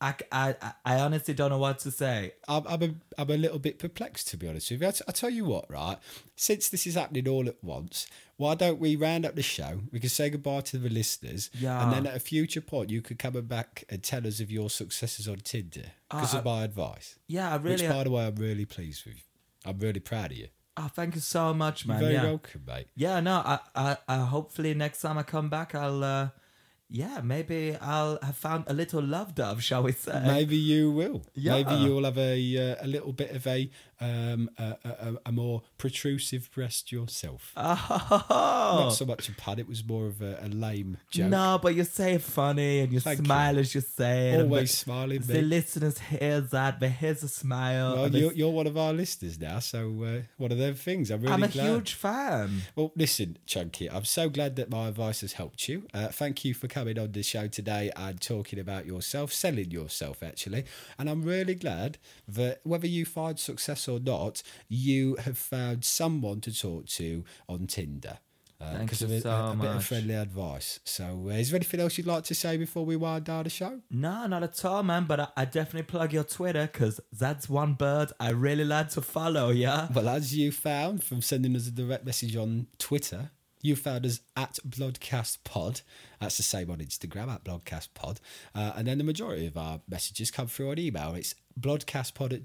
S2: I, c- I- I- I honestly don't know what to say.
S1: I'm, I'm, a, I'm a little bit perplexed, to be honest with you. I, t- I tell you what, right? Since this is happening all at once, why don't we round up the show? We can say goodbye to the listeners.
S2: Yeah.
S1: And then at a future point, you could come back and tell us of your successes on Tinder because of my advice.
S2: Yeah, I Uh, really. uh,
S1: Which, by the way, I'm really pleased with. I'm really proud of you.
S2: oh, thank you so much, man.
S1: Very
S2: yeah.
S1: welcome, mate.
S2: Yeah, no, I, I, I hopefully next time I come back, I'll, uh, yeah, maybe I'll have found a little love dove, shall we say?
S1: Maybe you will.
S2: Yeah.
S1: Maybe you'll have a uh, a little bit of a um a, a, a- a more protrusive breast yourself. Not
S2: Oh,
S1: so much a pad; it was more of a, a lame joke.
S2: no, but you say it funny and you
S1: Thank
S2: smile as you say it. and
S1: Always
S2: the-
S1: smiling,
S2: The
S1: mate.
S2: listeners hear that, they hear the smile.
S1: Well,
S2: and they-
S1: you're, you're one of our listeners now, so uh, one of them things. I'm really
S2: I'm a
S1: glad.
S2: huge fan.
S1: Well, listen, Chunky, I'm so glad that my advice has helped you. Uh, thank you for coming on the show today and talking about yourself, selling yourself, actually. And I'm really glad that whether you find success or not, you have found someone to talk to on Tinder. Uh,
S2: Thank
S1: 'cause
S2: you
S1: of a,
S2: so
S1: a, a bit of
S2: much.
S1: friendly advice. So, uh, is there anything else you'd like to say before we wind down the show?
S2: No, not at all, man. But I, I definitely plug your Twitter because that's one bird I really like to follow. Yeah.
S1: Well, as you found from sending us a direct message on Twitter, you found us at BloodcastPod. That's the same on Instagram, at BloodcastPod. Uh, and then the majority of our messages come through on email. It's bloodcastpod at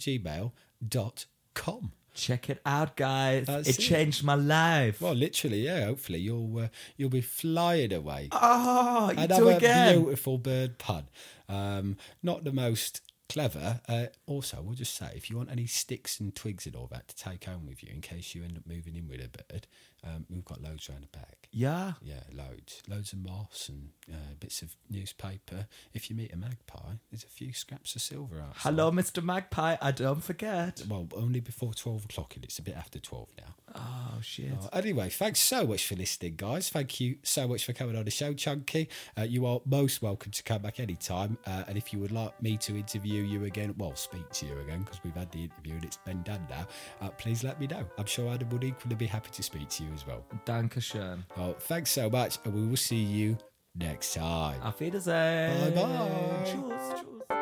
S1: gmail.com.
S2: Check it out, guys.
S1: That's
S2: it
S1: it.
S2: changed my life.
S1: Well, literally, yeah, hopefully you'll uh, you'll be flying away.
S2: oh, you do
S1: Another
S2: again.
S1: beautiful bird pun. Um, not the most clever. Uh, also, we'll just say if you want any sticks and twigs and all that to take home with you in case you end up moving in with a bird, um, we've got loads around the back.
S2: yeah.
S1: Yeah, loads. Loads of moss and uh, bits of newspaper. If you meet a magpie, there's a few scraps of silver outside.
S2: Hello, Mr. Magpie. I don't forget.
S1: Well, only before 12 o'clock, and it's a bit after 12 now.
S2: Oh shit.
S1: Uh, Anyway, thanks so much for listening, guys. Thank you so much for coming on the show, Chunky. Uh, you are most welcome to come back anytime. Uh, and if you would like me to interview you again, well, speak to you again, because we've had the interview and it's been done now, uh, please let me know. I'm sure Adam would equally be happy to speak to you as well.
S2: Dankeschön.
S1: Well, thanks so much, and we will see you next time.
S2: Auf Wiedersehen.
S1: Bye bye.
S2: Tschüss. Tschüss.